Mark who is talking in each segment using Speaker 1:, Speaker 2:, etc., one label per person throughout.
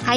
Speaker 1: Hi,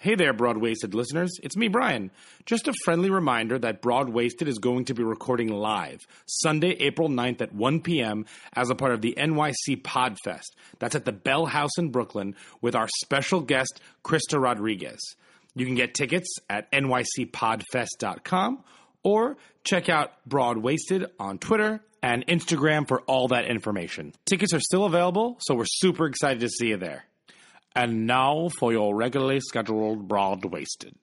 Speaker 2: Hey there, Broadwasted listeners. It's me, Brian. Just a friendly reminder that Broadwasted is going to be recording live Sunday, April 9th at 1 p.m. as a part of the NYC Podfest. That's at the Bell House in Brooklyn with our special guest, Krista Rodriguez. You can get tickets at nycpodfest.com or check out Broadwasted on Twitter and Instagram for all that information. Tickets are still available, so we're super excited to see you there. And now for your regularly scheduled broad wasted.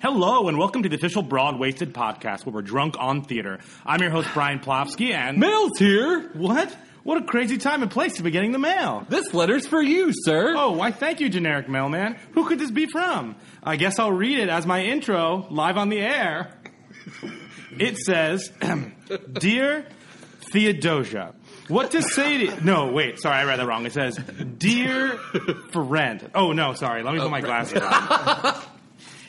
Speaker 3: Hello and welcome to the official Broad Wasted podcast where we're drunk on theater. I'm your host Brian Plofsky and
Speaker 4: Mail's here.
Speaker 3: What? What a crazy time and place to be getting the mail.
Speaker 4: This letter's for you, sir.
Speaker 3: Oh, why thank you, generic mailman. Who could this be from? I guess I'll read it as my intro, live on the air. It says, Dear Theodosia, what to say to. No, wait, sorry, I read that wrong. It says, Dear friend. Oh, no, sorry, let me put my glasses on.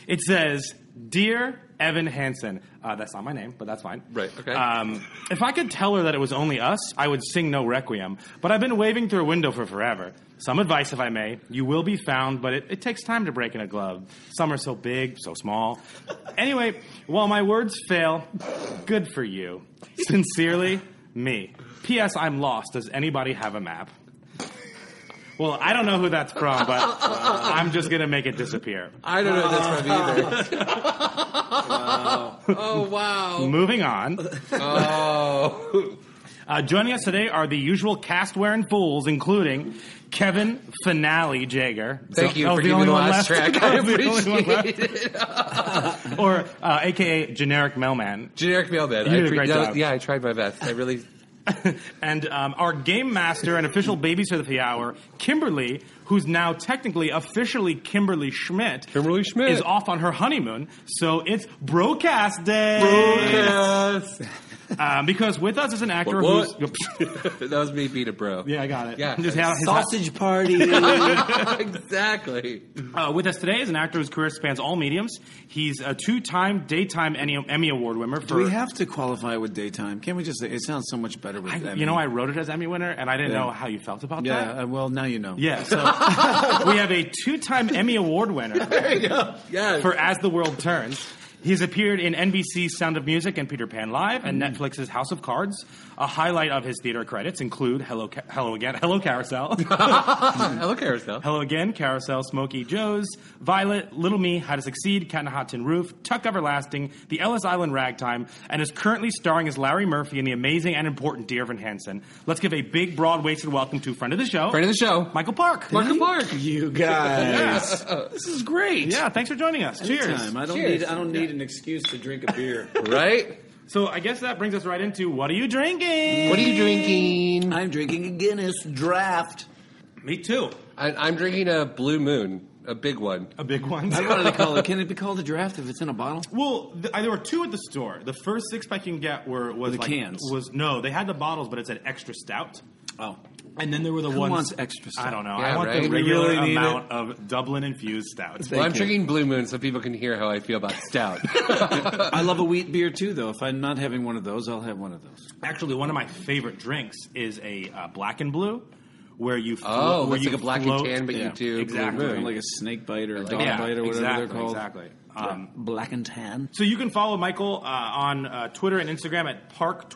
Speaker 3: It says, Dear Evan Hansen. Uh, that's not my name, but that's fine.
Speaker 4: Right, okay.
Speaker 3: Um, if I could tell her that it was only us, I would sing no requiem. But I've been waving through a window for forever. Some advice, if I may. You will be found, but it, it takes time to break in a glove. Some are so big, so small. anyway, while my words fail, good for you. Sincerely, me. P.S. I'm lost. Does anybody have a map? Well, I don't know who that's from, but I'm just gonna make it disappear.
Speaker 4: I don't know who that's from either. wow. Oh, wow.
Speaker 3: Moving on.
Speaker 4: Oh.
Speaker 3: Uh, joining us today are the usual cast wearing fools, including Kevin Finale Jager.
Speaker 4: Thank you
Speaker 3: that
Speaker 4: for
Speaker 3: was
Speaker 4: giving
Speaker 3: only
Speaker 4: the
Speaker 3: one
Speaker 4: last track. I
Speaker 3: That was the only one
Speaker 4: appreciate
Speaker 3: left. or uh, AKA Generic Mailman.
Speaker 4: Generic mailman.
Speaker 3: You did
Speaker 4: I
Speaker 3: a great
Speaker 4: no,
Speaker 3: job.
Speaker 4: Yeah, I tried my best. I really.
Speaker 3: and um, our game master and official babysitter of the hour, Kimberly, who's now technically officially Kimberly Schmidt.
Speaker 4: Kimberly Schmidt.
Speaker 3: is off on her honeymoon, so it's Brocast Day.
Speaker 4: Yes.
Speaker 3: Um, because with us is an actor
Speaker 4: What,
Speaker 3: who's.
Speaker 4: that was me being a bro.
Speaker 3: yeah, I got it.
Speaker 4: Yeah.
Speaker 3: Just how- his-
Speaker 5: Sausage party.
Speaker 4: exactly.
Speaker 3: Uh, with us today is an actor whose career spans all mediums. He's a two-time daytime Emmy, Emmy Award winner. For,
Speaker 6: Do we have to qualify with daytime? Can't we just say it sounds so much better with
Speaker 3: I,
Speaker 6: Emmy.
Speaker 3: you know, I wrote it as Emmy winner, and I didn't
Speaker 6: Yeah.
Speaker 3: know how you felt about that.
Speaker 6: Yeah, uh, well, now you know.
Speaker 3: Yeah, so we have a two-time Emmy Award winner
Speaker 4: Yes.
Speaker 3: for As the World Turns. He's appeared in NBC's Sound of Music and Peter Pan Live and
Speaker 6: Mm.
Speaker 3: Netflix's House of Cards. A highlight of his theater credits include Hello, Ca- Hello Again, Hello Carousel,
Speaker 4: Hello, Carousel.
Speaker 3: Hello Again, Carousel, Smokey Joe's, Violet, Little Me, How to Succeed, Cat in a Hot Tin Roof, Tuck Everlasting, The Ellis Island Ragtime, and is currently starring as Larry Murphy in the amazing and important Dear Evan Hansen. Let's give a big, broad-waisted welcome to friend of the show,
Speaker 4: Friend of the show.
Speaker 3: Michael Park.
Speaker 4: Mark and Park.
Speaker 6: You guys, this is great.
Speaker 3: Yeah, thanks for joining us. Cheers.
Speaker 6: Anytime. I don't need. I don't need an excuse to drink a beer.
Speaker 4: Right?
Speaker 3: So I guess that brings us right into what are you drinking?
Speaker 5: What are you drinking?
Speaker 7: I'm drinking a Guinness draft.
Speaker 3: Me too.
Speaker 5: I, I'm drinking a Blue Moon, a big one.
Speaker 3: A big one.
Speaker 7: I don't know what they call it. Can it be called a draft if it's in a bottle?
Speaker 3: Well, th- uh, there were two at the store. The first six pack you can get were was
Speaker 7: The
Speaker 3: like,
Speaker 7: cans.
Speaker 3: Was no, they had the bottles, but it said extra stout.
Speaker 7: Oh.
Speaker 3: And then there were the
Speaker 7: Who
Speaker 3: ones
Speaker 7: wants extra stout?
Speaker 3: I don't know.
Speaker 5: Yeah,
Speaker 3: I want
Speaker 5: right?
Speaker 3: the
Speaker 5: We
Speaker 3: regular
Speaker 5: really need
Speaker 3: amount of Dublin infused stout.
Speaker 5: Well, I'm drinking Blue Moon so people can hear how I feel about stout.
Speaker 7: I love a wheat beer too, though. If I'm not having one of those, I'll have one of those.
Speaker 3: Actually, one of my favorite drinks is a uh, black and blue, where you flo-
Speaker 5: Oh,
Speaker 3: where
Speaker 5: it's
Speaker 3: you
Speaker 5: like a black and
Speaker 3: float-
Speaker 5: tan, but you
Speaker 3: Yeah,
Speaker 5: do Blue
Speaker 3: exactly
Speaker 5: Moon.
Speaker 7: Like a snake bite or a dog
Speaker 3: yeah,
Speaker 7: bite or whatever
Speaker 3: exactly,
Speaker 7: they're called.
Speaker 3: Exactly. Um,
Speaker 7: Black and tan.
Speaker 3: So you can follow Michael uh, on uh, Twitter and Instagram at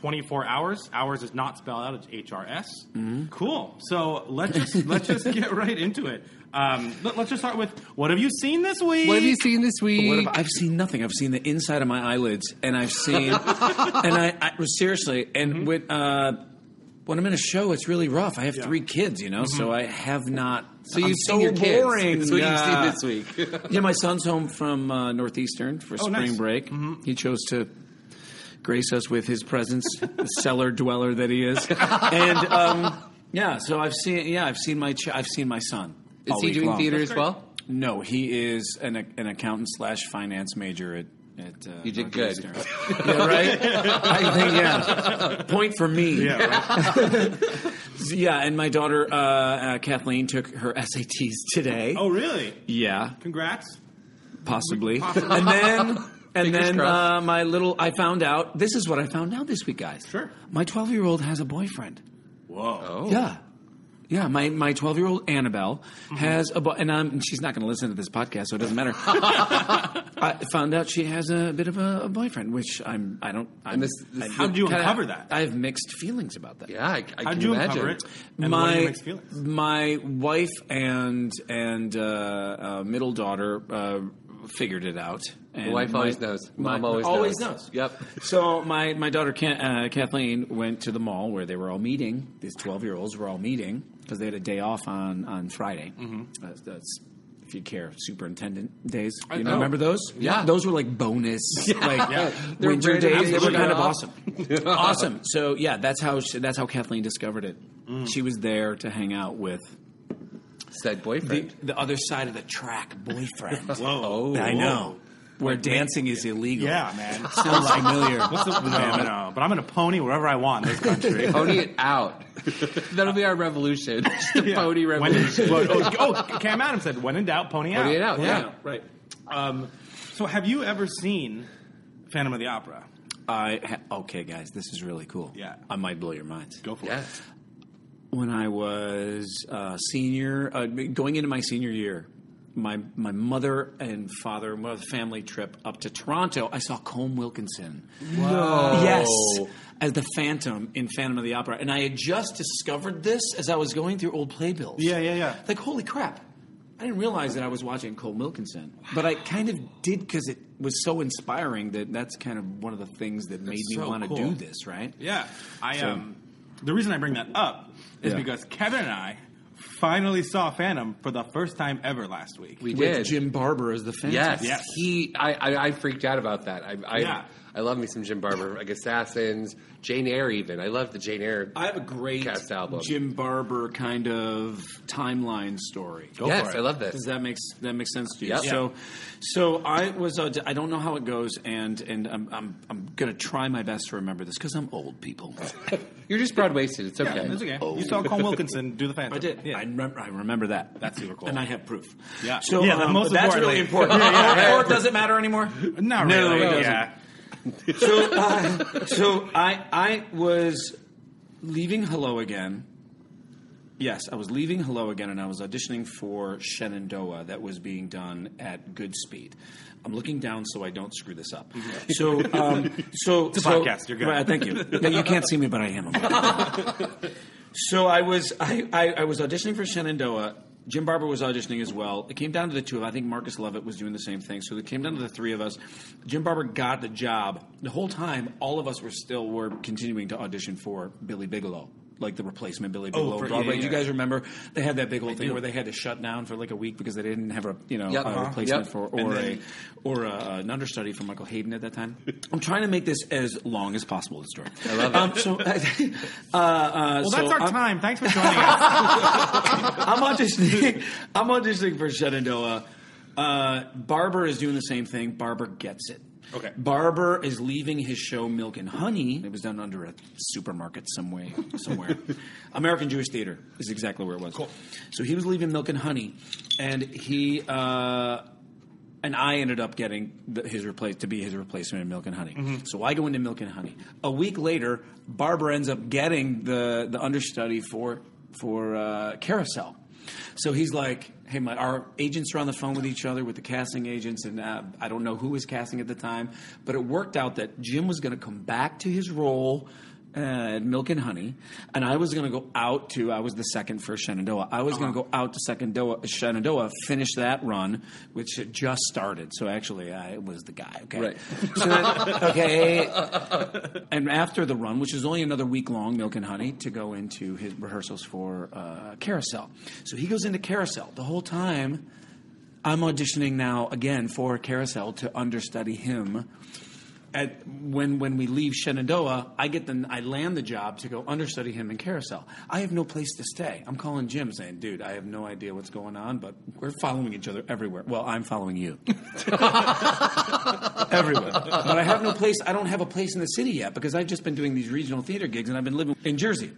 Speaker 3: Park24Hours. Hours is not spelled out; it's HRS. Cool. So let's just let's just get right into it. Um, let, us just start with what have you seen this week?
Speaker 5: what have you seen this week?
Speaker 7: What if I've seen nothing? I've seen the inside of my eyelids, and I've seen, and I, I well, seriously, and
Speaker 5: Mm-hmm.
Speaker 7: when uh, when I'm in a show, it's really rough. I have three kids, you know, so I have not.
Speaker 5: Mm-hmm. so you've
Speaker 7: I'm
Speaker 5: seen
Speaker 7: so
Speaker 5: your kids.
Speaker 7: boring.
Speaker 5: That's what
Speaker 7: Yeah.
Speaker 5: you've seen this week. Oh,
Speaker 7: yeah, my son's home from uh, Northeastern for spring
Speaker 3: nice.
Speaker 7: break. He chose to grace us with his presence, the cellar dweller that he is. and um, yeah, so I've seen yeah, I've seen my ch- I've seen my son.
Speaker 5: Is
Speaker 7: all
Speaker 5: he
Speaker 7: week
Speaker 5: doing
Speaker 7: long.
Speaker 5: theater as well?
Speaker 7: No, he is an, an accountant slash finance major at. at uh,
Speaker 5: You did good.
Speaker 7: Northeastern. yeah, right? I think, yeah. Point for me. Yeah, and my daughter uh, uh, Kathleen took her SATs today.
Speaker 3: Oh, really?
Speaker 7: Yeah,
Speaker 3: Congrats.
Speaker 7: possibly. and then and
Speaker 5: Fingers
Speaker 7: then
Speaker 5: crossed.
Speaker 7: uh, my little I found out this is what I found out this week, guys.
Speaker 3: Sure.
Speaker 7: My twelve year old has a boyfriend.
Speaker 3: Whoa.
Speaker 5: Oh.
Speaker 7: Yeah. Yeah, my my twelve year old Annabelle has a bo- and I'm and she's not going to listen to this podcast, so it doesn't matter. I found out she has a bit of a, a boyfriend, which I'm I don't. I'm,
Speaker 5: this- this-
Speaker 7: I-
Speaker 3: How did you
Speaker 7: kinda-
Speaker 3: uncover that?
Speaker 7: I have mixed feelings about that.
Speaker 5: Yeah, I, I
Speaker 3: How
Speaker 5: can
Speaker 3: did you
Speaker 5: imagine.
Speaker 3: uncover it? And what are your
Speaker 7: my
Speaker 3: mixed feelings?
Speaker 7: my wife and and uh, uh, middle daughter uh, figured it out. And
Speaker 5: wife
Speaker 7: my-
Speaker 5: always knows.
Speaker 7: my-
Speaker 5: Mom always knows. Yep.
Speaker 7: So my my daughter Ca- uh, Kathleen went to the mall where they were all meeting. These twelve year olds were all meeting because they had a day off on on Friday.
Speaker 3: Mm-hmm.
Speaker 7: That's, that's if you care, superintendent days. You know,
Speaker 5: oh.
Speaker 7: remember those?
Speaker 5: Yeah.
Speaker 7: those were like bonus, like
Speaker 5: They're
Speaker 7: winter
Speaker 5: random
Speaker 7: days. They were
Speaker 5: days
Speaker 7: kind of
Speaker 5: off.
Speaker 7: awesome awesome. So yeah, that's how she, that's how Kathleen discovered it.
Speaker 3: Mm.
Speaker 7: She was there to hang out with
Speaker 5: Said
Speaker 7: the,
Speaker 5: boyfriend.
Speaker 7: the other side of the track boyfriend.
Speaker 3: Whoa.
Speaker 7: I know. Where dancing is illegal.
Speaker 3: Yeah, man.
Speaker 7: Sounds familiar.
Speaker 3: What's up with that? No, no. But I'm going to pony wherever I want in this country.
Speaker 5: Pony it out. That'll be our revolution. Just the
Speaker 3: Yeah.
Speaker 5: pony
Speaker 3: When-
Speaker 5: revolution.
Speaker 3: oh, oh, Cam Adams said, when in doubt, pony out.
Speaker 5: Pony it out, yeah.
Speaker 7: Right.
Speaker 3: Um, so have you ever seen Phantom of the Opera?
Speaker 7: I ha- okay, guys, this is really cool.
Speaker 3: Yeah.
Speaker 7: I might blow your minds.
Speaker 3: Go for
Speaker 5: Yeah.
Speaker 7: when I was uh, senior, uh, going into my senior year, my my mother and father went on a family trip up to Toronto. I saw Colm Wilkinson. Yes, as the Phantom in Phantom of the Opera, and I had just discovered this as I was going through old playbills.
Speaker 3: Yeah, yeah, yeah.
Speaker 7: Like holy crap! I didn't realize that I was watching Colm Wilkinson, but I kind of did because it was so inspiring that that's kind of one of the things that made me
Speaker 3: so
Speaker 7: want to
Speaker 3: cool.
Speaker 7: do this. Right?
Speaker 3: Yeah. I um the reason I bring that up is
Speaker 7: Yeah.
Speaker 3: because Kevin and I finally saw Phantom for the first time ever last week.
Speaker 5: We
Speaker 7: With
Speaker 5: did.
Speaker 7: Jim Barber as the Phantom.
Speaker 5: Yes.
Speaker 3: Yes.
Speaker 5: He. I, I. I freaked out about that. I. I,
Speaker 3: Yeah.
Speaker 5: I love me some Jim Barber, like Assassins, Jane Eyre. Even I love the Jane Eyre.
Speaker 7: I have a great
Speaker 5: Cast album.
Speaker 7: Jim Barber kind of timeline story.
Speaker 3: Go
Speaker 5: yes,
Speaker 3: for it.
Speaker 5: I love this.
Speaker 7: Does that makes that makes sense to you?
Speaker 5: Yep.
Speaker 7: So, so I was uh, I don't know how it goes, and and I'm I'm, I'm gonna try my best to remember this because I'm old people.
Speaker 5: You're just broad waisted. It's okay.
Speaker 3: It's okay. You saw Colm Wilkinson do the Phantom.
Speaker 7: I did.
Speaker 3: Yeah.
Speaker 7: I, remember, I remember that.
Speaker 3: That's super cool.
Speaker 7: and I have proof.
Speaker 3: Yeah.
Speaker 7: So
Speaker 3: Yeah,
Speaker 7: um,
Speaker 3: the most
Speaker 7: but that's really
Speaker 3: importantly.
Speaker 7: important.
Speaker 3: Yeah, yeah, yeah.
Speaker 7: or does it matter anymore?
Speaker 3: Not
Speaker 7: No,
Speaker 3: really.
Speaker 7: it doesn't.
Speaker 3: yeah.
Speaker 7: so, uh, so I I was leaving Hello Again. Yes, I was leaving Hello Again, and I was auditioning for Shenandoah that was being done at Good Speed. I'm looking down so I don't screw this up. So, um, so it's
Speaker 3: a podcast, you're good.
Speaker 7: thank you. No, you can't see me, but I am. on podcast. so I was I, I, I was auditioning for Shenandoah. Jim Barber was auditioning as well. It came down to the two of. I think Marcus Lovett was doing the same thing. So it came down to the three of us. Jim Barber got the job. The whole time, all of us were still were continuing to audition for Billy Bigelow. like the replacement Billy
Speaker 4: Oh,
Speaker 7: Bigelow
Speaker 4: for-
Speaker 7: on Broadway.
Speaker 4: yeah,
Speaker 7: Do you
Speaker 4: yeah.
Speaker 7: guys remember they had that big old
Speaker 4: I
Speaker 7: thing
Speaker 4: do.
Speaker 7: where they had to shut down for like a week because they didn't have a you know
Speaker 4: Yep.
Speaker 7: a
Speaker 4: Uh-huh.
Speaker 7: replacement
Speaker 4: Yep.
Speaker 7: for
Speaker 4: And
Speaker 7: or a
Speaker 4: then-
Speaker 7: or a, an understudy for Michael Hayden at that time. I'm trying to make this as long as possible. The story. I
Speaker 4: love it.
Speaker 7: Um, so, uh, uh,
Speaker 3: well,
Speaker 7: so
Speaker 3: that's our
Speaker 7: I'm-
Speaker 3: time. Thanks for joining us.
Speaker 7: I'm auditioning. I'm auditioning for Shenandoah. Uh, Barber is doing the same thing. Barber gets it.
Speaker 3: Okay.
Speaker 7: Barber is leaving his show Milk and Honey. It was done under a supermarket somewhere. Somewhere. American Jewish Theater is exactly where it was. Cool. So he was leaving Milk and Honey, and he uh, and I ended up getting the, his replace to be his replacement in Milk and Honey.
Speaker 4: Mhm.
Speaker 7: So I go into Milk and Honey. A week later, Barbara ends up getting the the understudy for for uh, Carousel. So he's like, "Hey, my our agents are on the phone with each other with the casting agents, and uh, I don't know who was casting at the time, but it worked out that Jim was going to come back to his role." uh, At Milk and Honey, and I was going to go out to. I was the second for Shenandoah. I was going to go out to second Shenandoah, finish that run, which had just started. So actually, I was the guy. Okay,
Speaker 4: Right.
Speaker 7: So then- okay, and after the run, which is only another week long, Milk and Honey, to go into his rehearsals for uh, Carousel. So he goes into Carousel. The whole time, I'm auditioning now again for Carousel to understudy him. At when when we leave Shenandoah, I get the I land the job to go understudy him in Carousel. I have no place to stay. I'm calling Jim saying, "Dude, I have no idea what's going on, but we're following each other everywhere. Well, I'm following you." everywhere. But I have no place. I don't have a place in the city yet because I've just been doing these regional theater gigs and I've been living in Jersey.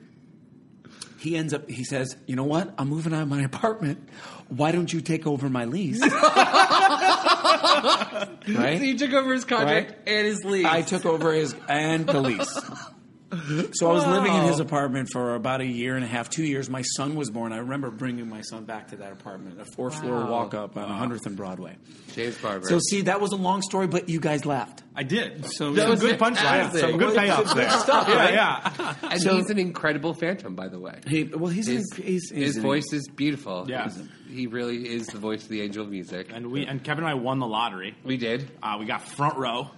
Speaker 7: He ends up. He says, "You know what? I'm moving out of my apartment. Why don't you take over my lease?" Right?
Speaker 4: So you took over his contract
Speaker 7: Right?
Speaker 4: and his lease.
Speaker 7: I took over his and the lease. So I was living in his apartment for about a year and a half, two years. My son was born. I remember bringing my son back to that apartment, a four floor
Speaker 3: Wow.
Speaker 7: walk up on 100th and Broadway.
Speaker 5: James Barber.
Speaker 7: So see, that was a long story, but you guys laughed.
Speaker 3: I did.
Speaker 7: So
Speaker 3: That was good punchline. Some good payoffs there. yeah, yeah.
Speaker 5: And
Speaker 7: So-
Speaker 5: he's an incredible phantom, by the way.
Speaker 7: He, well, he's
Speaker 5: his,
Speaker 7: an- he's- he's
Speaker 5: his
Speaker 7: an-
Speaker 5: voice is beautiful.
Speaker 3: Yeah.
Speaker 5: He's- he really is the voice of the angel of music.
Speaker 3: And we and Kevin and I won the lottery.
Speaker 5: We did.
Speaker 3: Uh, we got front row.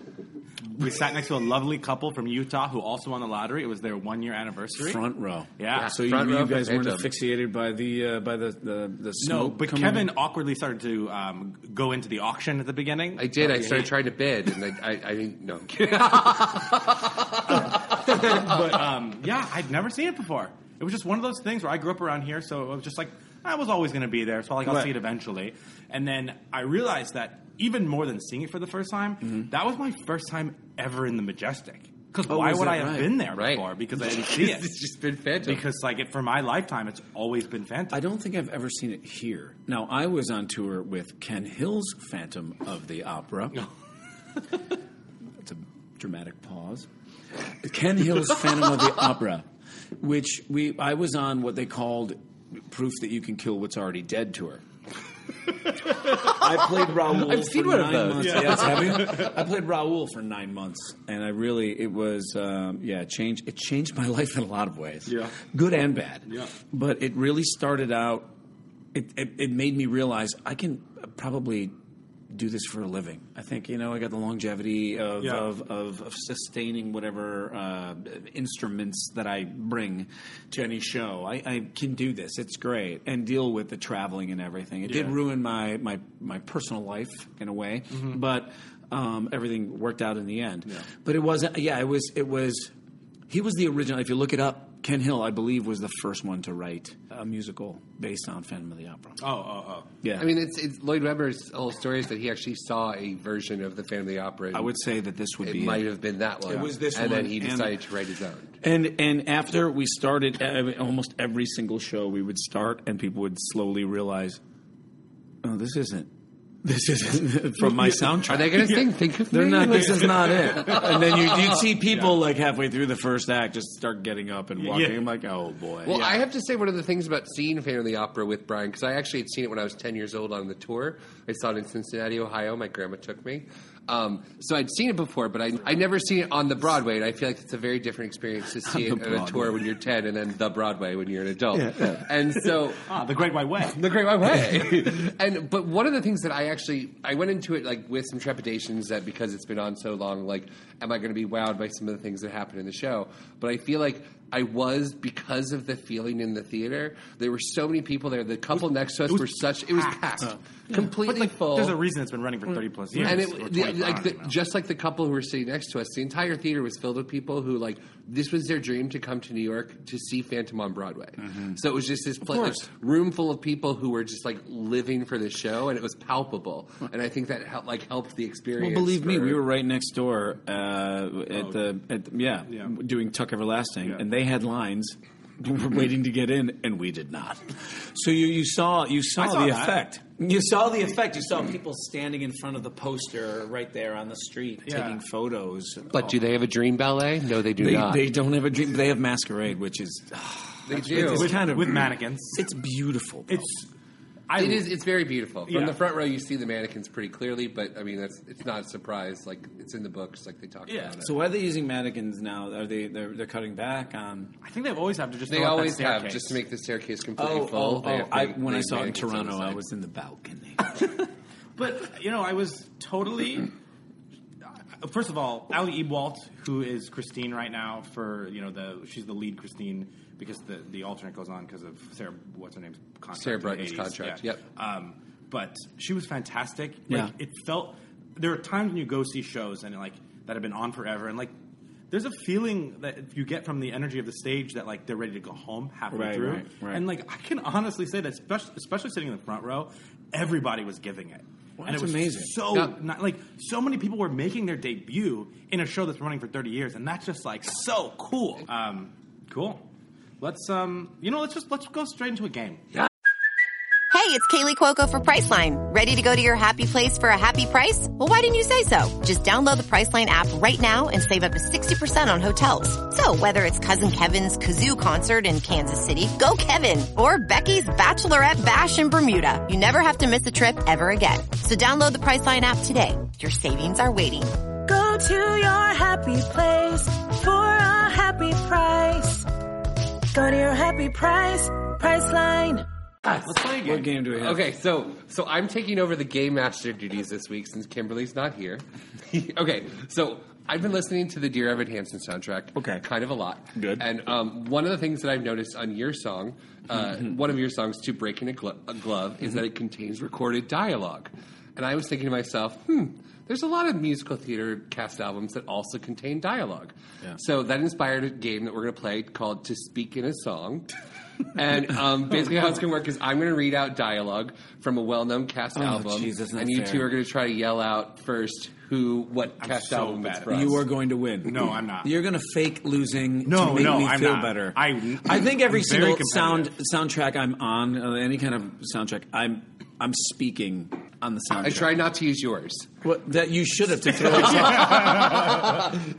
Speaker 3: We sat next to a lovely couple from Utah who also won the lottery. It was their one year anniversary.
Speaker 7: Front row.
Speaker 3: Yeah.
Speaker 7: So you, you guys weren't asphyxiated by the uh, by the the, the
Speaker 3: No,
Speaker 7: smoke
Speaker 3: but
Speaker 7: coming
Speaker 3: Kevin
Speaker 7: in?
Speaker 3: awkwardly started to um, go into the auction at the beginning.
Speaker 5: I did. I started trying to bid, and I, I, I didn't know.
Speaker 3: but um, yeah, I'd never seen it before. It was just one of those things where I grew up around here, so it was just like I was always going to be there, so like I'll
Speaker 7: Right.
Speaker 3: see it eventually. And then I realized that even more than seeing it for the first time, that was my first time ever in the Majestic. Because
Speaker 5: Mm-hmm. Oh,
Speaker 3: why
Speaker 5: was
Speaker 3: would
Speaker 5: that
Speaker 3: I have
Speaker 5: right?
Speaker 3: been there
Speaker 5: Right.
Speaker 3: before? Because I didn't see it.
Speaker 5: It's just been Phantom.
Speaker 3: Because like it, for my lifetime, it's always been Phantom.
Speaker 7: I don't think I've ever seen it here. Now, I was on tour with Ken Hill's Phantom of the Opera. That's a dramatic pause. Ken Hill's Phantom of the Opera, which we I was on what they called "Proof That You Can Kill What's Already Dead" tour. I played Raoul.
Speaker 4: I've seen
Speaker 7: for
Speaker 4: one of
Speaker 7: nine
Speaker 4: those.
Speaker 7: Months.
Speaker 4: Yeah.
Speaker 7: Yeah, it's heavy. I played Raoul for nine months, and I really it was um, yeah it changed it changed my life in a lot of ways.
Speaker 4: Yeah.
Speaker 7: good and bad.
Speaker 4: Yeah.
Speaker 7: but it really started out. It, it it made me realize I can probably do this for a living. I think you know I got the longevity of
Speaker 4: Yeah.
Speaker 7: of, of, of sustaining whatever uh, instruments that I bring to any show. I, I can do this. It's great, and deal with the traveling and everything. It did
Speaker 4: Yeah.
Speaker 7: ruin my my my personal life in a way,
Speaker 3: Mm-hmm.
Speaker 4: Mhm.
Speaker 7: but um, everything worked out in the end. But it wasn't. Yeah, it was. It was. He was the original. If you look it up, Ken Hill, I believe, was the first one to write a musical based on Phantom of the Opera.
Speaker 3: Oh, oh, oh.
Speaker 7: Yeah.
Speaker 5: I mean, it's, it's Lloyd Webber's whole story is that he actually saw a version of the Phantom of the Opera. and
Speaker 7: I would say that this would
Speaker 5: it
Speaker 7: be
Speaker 5: might
Speaker 7: it.
Speaker 5: have been that one.
Speaker 7: It was this
Speaker 5: and
Speaker 7: one,
Speaker 5: then he
Speaker 7: and-
Speaker 5: decided to write his own.
Speaker 7: And and after we started, ev- almost every single show we would start, and people would slowly realize, oh, this isn't. This isn't from my soundtrack.
Speaker 5: Are they going to sing? Think of
Speaker 7: They're
Speaker 5: me?
Speaker 7: not. This is not it. And then you, you'd see people like halfway through the first act just start getting up and walking.
Speaker 5: Yeah.
Speaker 7: I'm like, oh boy.
Speaker 5: Well, I have to say one of the things about seeing Phantom of the Opera with Brian because I actually had seen it when I was ten years old on the tour. I saw it in Cincinnati, Ohio. My grandma took me, um, so I'd seen it before, but I I never seen it on the Broadway, and I feel like it's a very different experience to see it
Speaker 4: On
Speaker 5: on
Speaker 4: the
Speaker 5: a tour when you're ten, and then the Broadway when you're an adult.
Speaker 4: Yeah, yeah.
Speaker 5: And so,
Speaker 3: ah, the Great White Way,
Speaker 5: the Great White Way. and but one of the things that I actually I went into it like with some trepidations that because it's been on so long, like am I going to be wowed by some of the things that happen in the show? But I feel like I was because of the feeling in the theater. There were so many people there. The couple next to us were such. It was packed, completely full.
Speaker 3: Uh, There's a reason it's been running for 30 plus years.
Speaker 5: And
Speaker 3: or
Speaker 5: it, the,
Speaker 3: 25,
Speaker 5: like the,
Speaker 3: I don't know.
Speaker 5: just like the couple who were sitting next to us, the entire theater was filled with people who like this was their dream to come to New York to see Phantom on Broadway. So it was just this pla- like,
Speaker 7: course.
Speaker 5: room full of people who were just like living for the show, and it was palpable. And I think that hel- like helped the experience.
Speaker 7: Well, believe me,
Speaker 5: for-
Speaker 7: we were right next door uh, at the at, the- yeah, doing Tuck Everlasting, and they had lines waiting to get in, and we did not. So you you saw you saw,
Speaker 4: saw
Speaker 7: the
Speaker 4: that.
Speaker 7: effect. You saw the effect. You saw people standing in front of the poster right there on the street
Speaker 5: Yeah.
Speaker 7: taking photos. Oh,
Speaker 5: But do they have a dream ballet? No, they do
Speaker 7: They,
Speaker 5: not.
Speaker 7: they don't have a dream. They have masquerade, which is
Speaker 5: They
Speaker 7: that's-
Speaker 5: do.
Speaker 7: it's
Speaker 5: With-
Speaker 7: kind of
Speaker 5: with mannequins.
Speaker 7: It's beautiful. It's I-
Speaker 5: it is. It's very beautiful. From
Speaker 7: Yeah.
Speaker 5: the front row, you see the mannequins pretty clearly, but I mean, that's it's not a surprise. Like it's in the books, like they talk about it.
Speaker 7: So why are they using mannequins now? Are they they're, they're cutting back on?
Speaker 3: I think they've always have to just.
Speaker 5: they
Speaker 7: fill out that
Speaker 5: always have
Speaker 7: staircase.
Speaker 5: just to make the staircase completely
Speaker 7: Oh,
Speaker 5: full.
Speaker 7: oh,
Speaker 5: they
Speaker 7: oh,
Speaker 5: have
Speaker 7: I,
Speaker 5: big-
Speaker 7: when I
Speaker 5: big
Speaker 7: saw it
Speaker 5: mannequins on
Speaker 7: in
Speaker 5: the
Speaker 7: Toronto, I
Speaker 5: side.
Speaker 7: was in the balcony.
Speaker 3: But you know, I was totally. First of all, Ali Ewalt, who is Christine right now for you know the she's the lead Christine because the the alternate goes on because of Sarah what's her name's contract
Speaker 5: Sarah
Speaker 3: in the
Speaker 5: Brightman's
Speaker 3: 80s,
Speaker 5: contract,
Speaker 3: yeah.
Speaker 5: yep.
Speaker 3: Um, but she was fantastic.
Speaker 5: Yeah.
Speaker 3: Like it felt there are times when you go see shows and like that have been on forever and like there's a feeling that you get from the energy of the stage that like they're ready to go home halfway
Speaker 7: Right,
Speaker 3: through
Speaker 7: right, right.
Speaker 3: and like I can honestly say that especially, especially sitting in the front row everybody was giving it
Speaker 7: Well,
Speaker 3: and
Speaker 7: that's
Speaker 3: it was
Speaker 7: amazing.
Speaker 3: So
Speaker 7: Yeah.
Speaker 3: not, like so many people were making their debut in a show that's running for thirty years, and that's just like so cool. Um, cool. Let's um, you know, let's just let's go straight into a game.
Speaker 8: Hey, it's Kaylee Cuoco for Priceline. Ready to go to your happy place for a happy price? Well, why didn't you say so? Just download the Priceline app right now and save up to 60% on hotels. So whether it's Cousin Kevin's Kazoo concert in Kansas City, go Kevin, or Becky's Bachelorette Bash in Bermuda, you never have to miss a trip ever again. So download the Priceline app today. Your savings are waiting.
Speaker 9: Go to your happy place for a happy price. Go to your happy price, Priceline.
Speaker 5: Let's play a game. What game do we have? Okay, so so I'm taking over the game master duties this week since Kimberly's not here. okay, so I've been listening to the Dear Evan Hansen soundtrack. Okay, kind of a lot. Good. And um, one of the things that I've noticed on your song, uh,
Speaker 7: Mm-hmm.
Speaker 5: one of your songs, "To Breaking a, Glo- a Glove," is that it contains recorded dialogue. And I was thinking to myself, hmm, there's a lot of musical theater cast albums that also contain dialogue. So that inspired a game that we're going to play called "To Speak in a Song." And um, basically, how it's going to work is I'm going to read out dialogue from a well-known cast
Speaker 7: Oh,
Speaker 5: album,
Speaker 7: jeez, that's not
Speaker 5: and you two
Speaker 7: fair.
Speaker 5: are going to try to yell out first who what cast
Speaker 7: so
Speaker 5: album it's
Speaker 7: bad at
Speaker 5: from.
Speaker 7: this. You are going to win.
Speaker 3: No, I'm not.
Speaker 7: You're going to fake losing
Speaker 3: No,
Speaker 7: to make
Speaker 3: no,
Speaker 7: me
Speaker 3: I'm
Speaker 7: feel
Speaker 3: not.
Speaker 7: better.
Speaker 3: I-
Speaker 7: I think every
Speaker 3: I'm very
Speaker 7: single sound soundtrack I'm on, uh, any kind of soundtrack, I'm I'm speaking on the soundtrack.
Speaker 5: I try not to use yours.
Speaker 7: What, that you should have to throw it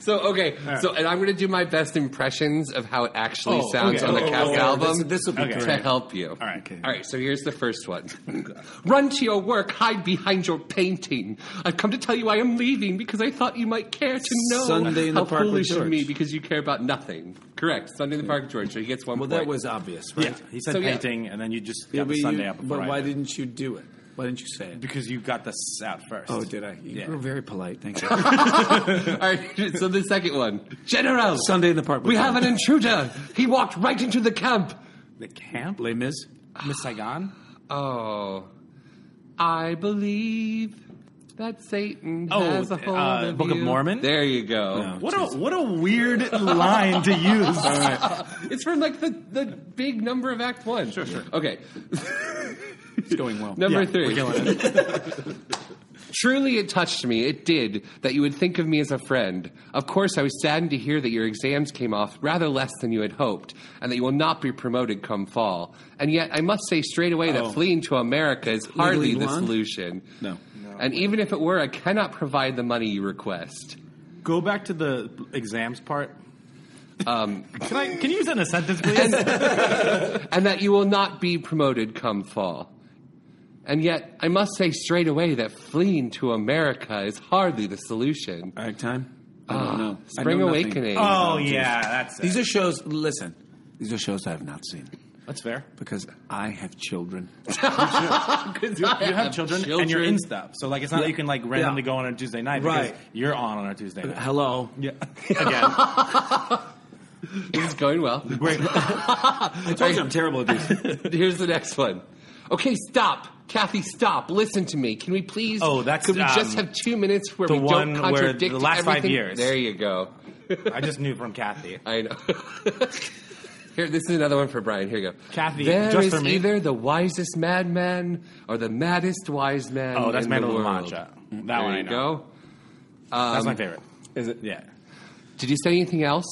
Speaker 5: So okay, so and I'm going to do my best impressions of how it actually
Speaker 7: Oh,
Speaker 5: sounds
Speaker 7: okay.
Speaker 5: on the
Speaker 7: Oh,
Speaker 5: cast
Speaker 7: okay.
Speaker 5: album.
Speaker 7: This- this will be
Speaker 5: okay. to
Speaker 7: great.
Speaker 5: help you. All
Speaker 3: right,
Speaker 5: all right. So here's the first one. Run to your work, hide behind your painting. I've come to tell you I am leaving because I thought you might care to know
Speaker 7: Sunday in the
Speaker 5: how
Speaker 7: Park with
Speaker 5: foolish of
Speaker 7: George.
Speaker 5: me because you care about nothing. Correct. Sunday in the Park, with George. So he gets one.
Speaker 7: Well,
Speaker 5: point.
Speaker 7: that was obvious, right?
Speaker 3: Yeah, he said
Speaker 5: So, yeah.
Speaker 3: painting, and then you just
Speaker 7: Yeah,
Speaker 3: got the
Speaker 7: but you-
Speaker 3: Sunday up.
Speaker 7: but why didn't you do it? Why didn't you say it?
Speaker 3: Because you got this out first.
Speaker 7: Oh, did I? You
Speaker 3: Yeah.
Speaker 7: were very polite. Thank you.
Speaker 5: All right, so the second one. General!
Speaker 7: Sunday in the Park.
Speaker 5: We have an intruder! He walked right into the camp!
Speaker 3: The camp?
Speaker 7: Les Mis?
Speaker 3: Miss Saigon?
Speaker 5: Oh. I believe that Satan
Speaker 3: Oh,
Speaker 5: has a hold
Speaker 3: uh,
Speaker 5: of
Speaker 3: Book of
Speaker 5: you.
Speaker 3: Mormon?
Speaker 5: There you go.
Speaker 3: What a what a weird line to use.
Speaker 5: All right. It's from like the, the big number of Act One. Sure, sure. Okay.
Speaker 7: It's going well.
Speaker 5: Number three. Truly, it touched me. It did that you would think of me as a friend. Of course, I was saddened to hear that your exams came off rather less than you had hoped, and that you will not be promoted come fall. And yet, I must say straight away that
Speaker 7: Oh.
Speaker 5: fleeing to America is hardly
Speaker 7: Legally
Speaker 5: the
Speaker 7: Blonde?
Speaker 5: solution.
Speaker 7: No.
Speaker 5: And even if it were, I cannot provide the money you request.
Speaker 3: Go back to the exams part.
Speaker 5: Um,
Speaker 3: Can I? Can you use that in a sentence, please?
Speaker 5: and that you will not be promoted come fall. And yet, I must say straight away that fleeing to America is hardly the solution.
Speaker 7: All right, time. I don't
Speaker 5: Ah,
Speaker 7: know. I
Speaker 5: Spring
Speaker 7: know nothing.
Speaker 5: Awakening.
Speaker 3: Ah. Oh, that's
Speaker 7: These are shows. Listen, these are shows I have not seen.
Speaker 3: That's fair.
Speaker 7: Because I have children.
Speaker 3: you, you have, children, and you're in stuff. So like, it's not
Speaker 7: Yeah.
Speaker 3: that you can like randomly
Speaker 7: Yeah.
Speaker 3: go on a Tuesday night.
Speaker 7: Right.
Speaker 3: Because you're on on a Tuesday night.
Speaker 7: Hello.
Speaker 3: Yeah.
Speaker 5: This is going well. Great. I told you I'm terrible at these. Here's the next one. Okay, stop. Kathy, stop. Listen to me. Can we please?
Speaker 3: Oh, that's,
Speaker 5: Could we
Speaker 3: um,
Speaker 5: just have two minutes where
Speaker 3: the
Speaker 5: we
Speaker 3: one
Speaker 5: don't
Speaker 3: where
Speaker 5: contradict
Speaker 3: the last five
Speaker 5: everything?
Speaker 3: years.
Speaker 5: There you go.
Speaker 3: I just knew from Kathy.
Speaker 5: I know. Here, this is another one for Brian. Here you go.
Speaker 3: Kathy,
Speaker 5: There
Speaker 3: just
Speaker 5: is
Speaker 3: for me.
Speaker 5: either the wisest madman or the maddest wise man.
Speaker 3: Oh, that's
Speaker 5: in
Speaker 3: Man
Speaker 5: the
Speaker 3: of La
Speaker 5: world.
Speaker 3: Mancha. That
Speaker 5: there
Speaker 3: one I
Speaker 5: you
Speaker 3: know.
Speaker 5: Go.
Speaker 3: That's
Speaker 5: Um,
Speaker 3: my favorite. Is it? Yeah.
Speaker 5: Did you say anything else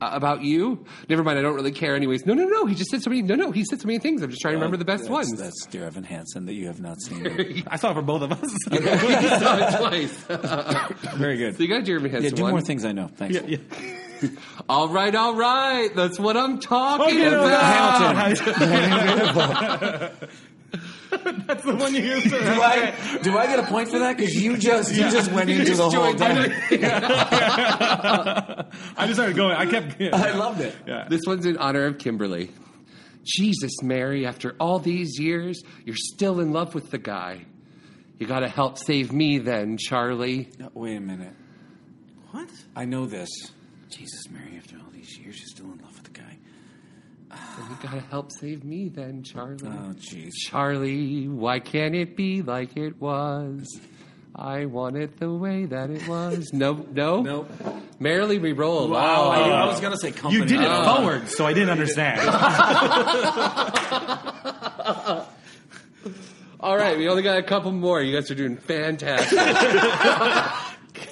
Speaker 5: uh, about you? Never mind. I don't really care, anyways. No, no, no. He just said so many. No, no. He said so many things. I'm just trying to remember the best
Speaker 7: that's,
Speaker 5: ones.
Speaker 7: That's Dear Evan Hansen that you have not seen.
Speaker 3: I saw it for both of us.
Speaker 7: Very good.
Speaker 5: So you got Jeremy Hansen.
Speaker 7: Yeah, do
Speaker 5: one.
Speaker 7: more things I know. Thanks.
Speaker 5: All right, all right. That's what I'm talking
Speaker 7: Okay,
Speaker 5: about.
Speaker 3: That's the one you hear.
Speaker 7: do I do I get a point for that? Because you just you just went into the whole thing.
Speaker 3: I just started going. I kept.
Speaker 7: I loved it.
Speaker 5: This one's in honor of Kimberly. Jesus, Mary, after all these years, you're still in love with the guy. You gotta help save me then, Charlie.
Speaker 7: wait a minute. What? I know this. Jesus, Mary, after all these years, you're still in love with the guy.
Speaker 5: You gotta help save me then, Charlie.
Speaker 7: Oh, jeez.
Speaker 5: Charlie, why can't it be like it was? I want it the way that it was. Nope, no. Nope. Uh, Merrily we roll.
Speaker 7: Wow, Oh, I knew- I
Speaker 5: Wow.
Speaker 7: was gonna say company. Uh,
Speaker 3: You did it
Speaker 5: Oh.
Speaker 3: forward, so I didn't understand.
Speaker 5: All right, we only got a couple more. You guys are doing fantastic.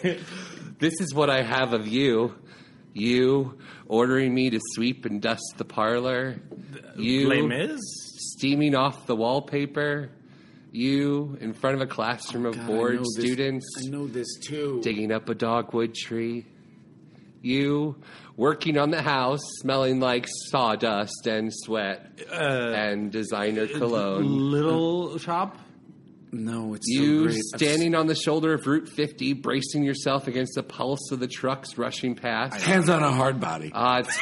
Speaker 5: this is what I have of you. You ordering me to sweep and dust the parlor. You
Speaker 3: Les Mis?
Speaker 5: steaming off the wallpaper. You in front of a classroom of
Speaker 7: God, I know
Speaker 5: bored
Speaker 7: this-
Speaker 5: students
Speaker 7: I know this too.
Speaker 5: digging up a dogwood tree. You working on the house, smelling like sawdust and sweat
Speaker 7: Uh,
Speaker 5: and designer Uh, cologne.
Speaker 7: Little shop. No, it's
Speaker 5: You
Speaker 7: so great.
Speaker 5: standing on the shoulder of Route 50, bracing yourself against the pulse of the trucks rushing past.
Speaker 7: Hands on a hard body.
Speaker 5: Uh, it's-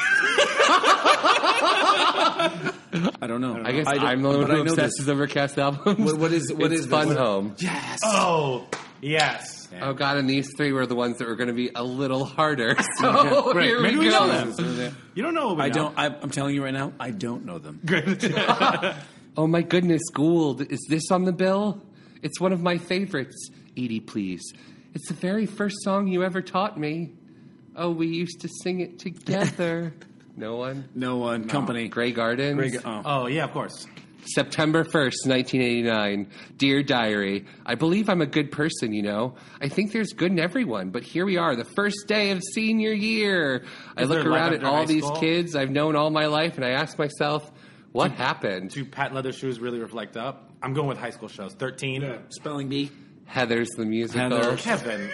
Speaker 7: I don't know.
Speaker 5: I guess
Speaker 7: don't-
Speaker 5: I am the one
Speaker 7: but I
Speaker 5: who
Speaker 7: know
Speaker 5: obsesses
Speaker 7: this.
Speaker 5: over cast albums.
Speaker 7: What- what is- what
Speaker 5: it's
Speaker 7: is this?
Speaker 5: Fun
Speaker 7: What-
Speaker 5: Home?
Speaker 7: Yes.
Speaker 3: Oh, yes.
Speaker 5: Oh god! And these three were the ones that were going to be a little harder. So
Speaker 7: Great.
Speaker 5: here
Speaker 7: Maybe
Speaker 5: we
Speaker 7: we
Speaker 5: go.
Speaker 7: know them.
Speaker 3: You don't know. what we
Speaker 7: I
Speaker 3: know.
Speaker 7: don't. I, I'm telling you right now, I don't know them.
Speaker 5: Oh my goodness, Gould, is this on the bill? It's one of my favorites. Edie, please. It's the very first song you ever taught me. Oh, we used to sing it together. no one.
Speaker 7: No one. Company.
Speaker 5: Grey Gardens.
Speaker 7: Greg- oh.
Speaker 3: Oh yeah, of course.
Speaker 5: September 1st, 1989. Dear Diary, I believe I'm a good person, you know. I think there's good in everyone, but here we are, the first day of senior year. I
Speaker 3: Is
Speaker 5: look
Speaker 3: there life
Speaker 5: around at
Speaker 3: after
Speaker 5: all
Speaker 3: high
Speaker 5: these
Speaker 3: school?
Speaker 5: kids I've known all my life, and I ask myself, what happened?
Speaker 3: Do pat leather shoes really reflect up? I'm going with high school shows. Thirteen.
Speaker 7: Spelling bee.
Speaker 5: Heather's the musical.
Speaker 7: Heather.
Speaker 3: Kevin,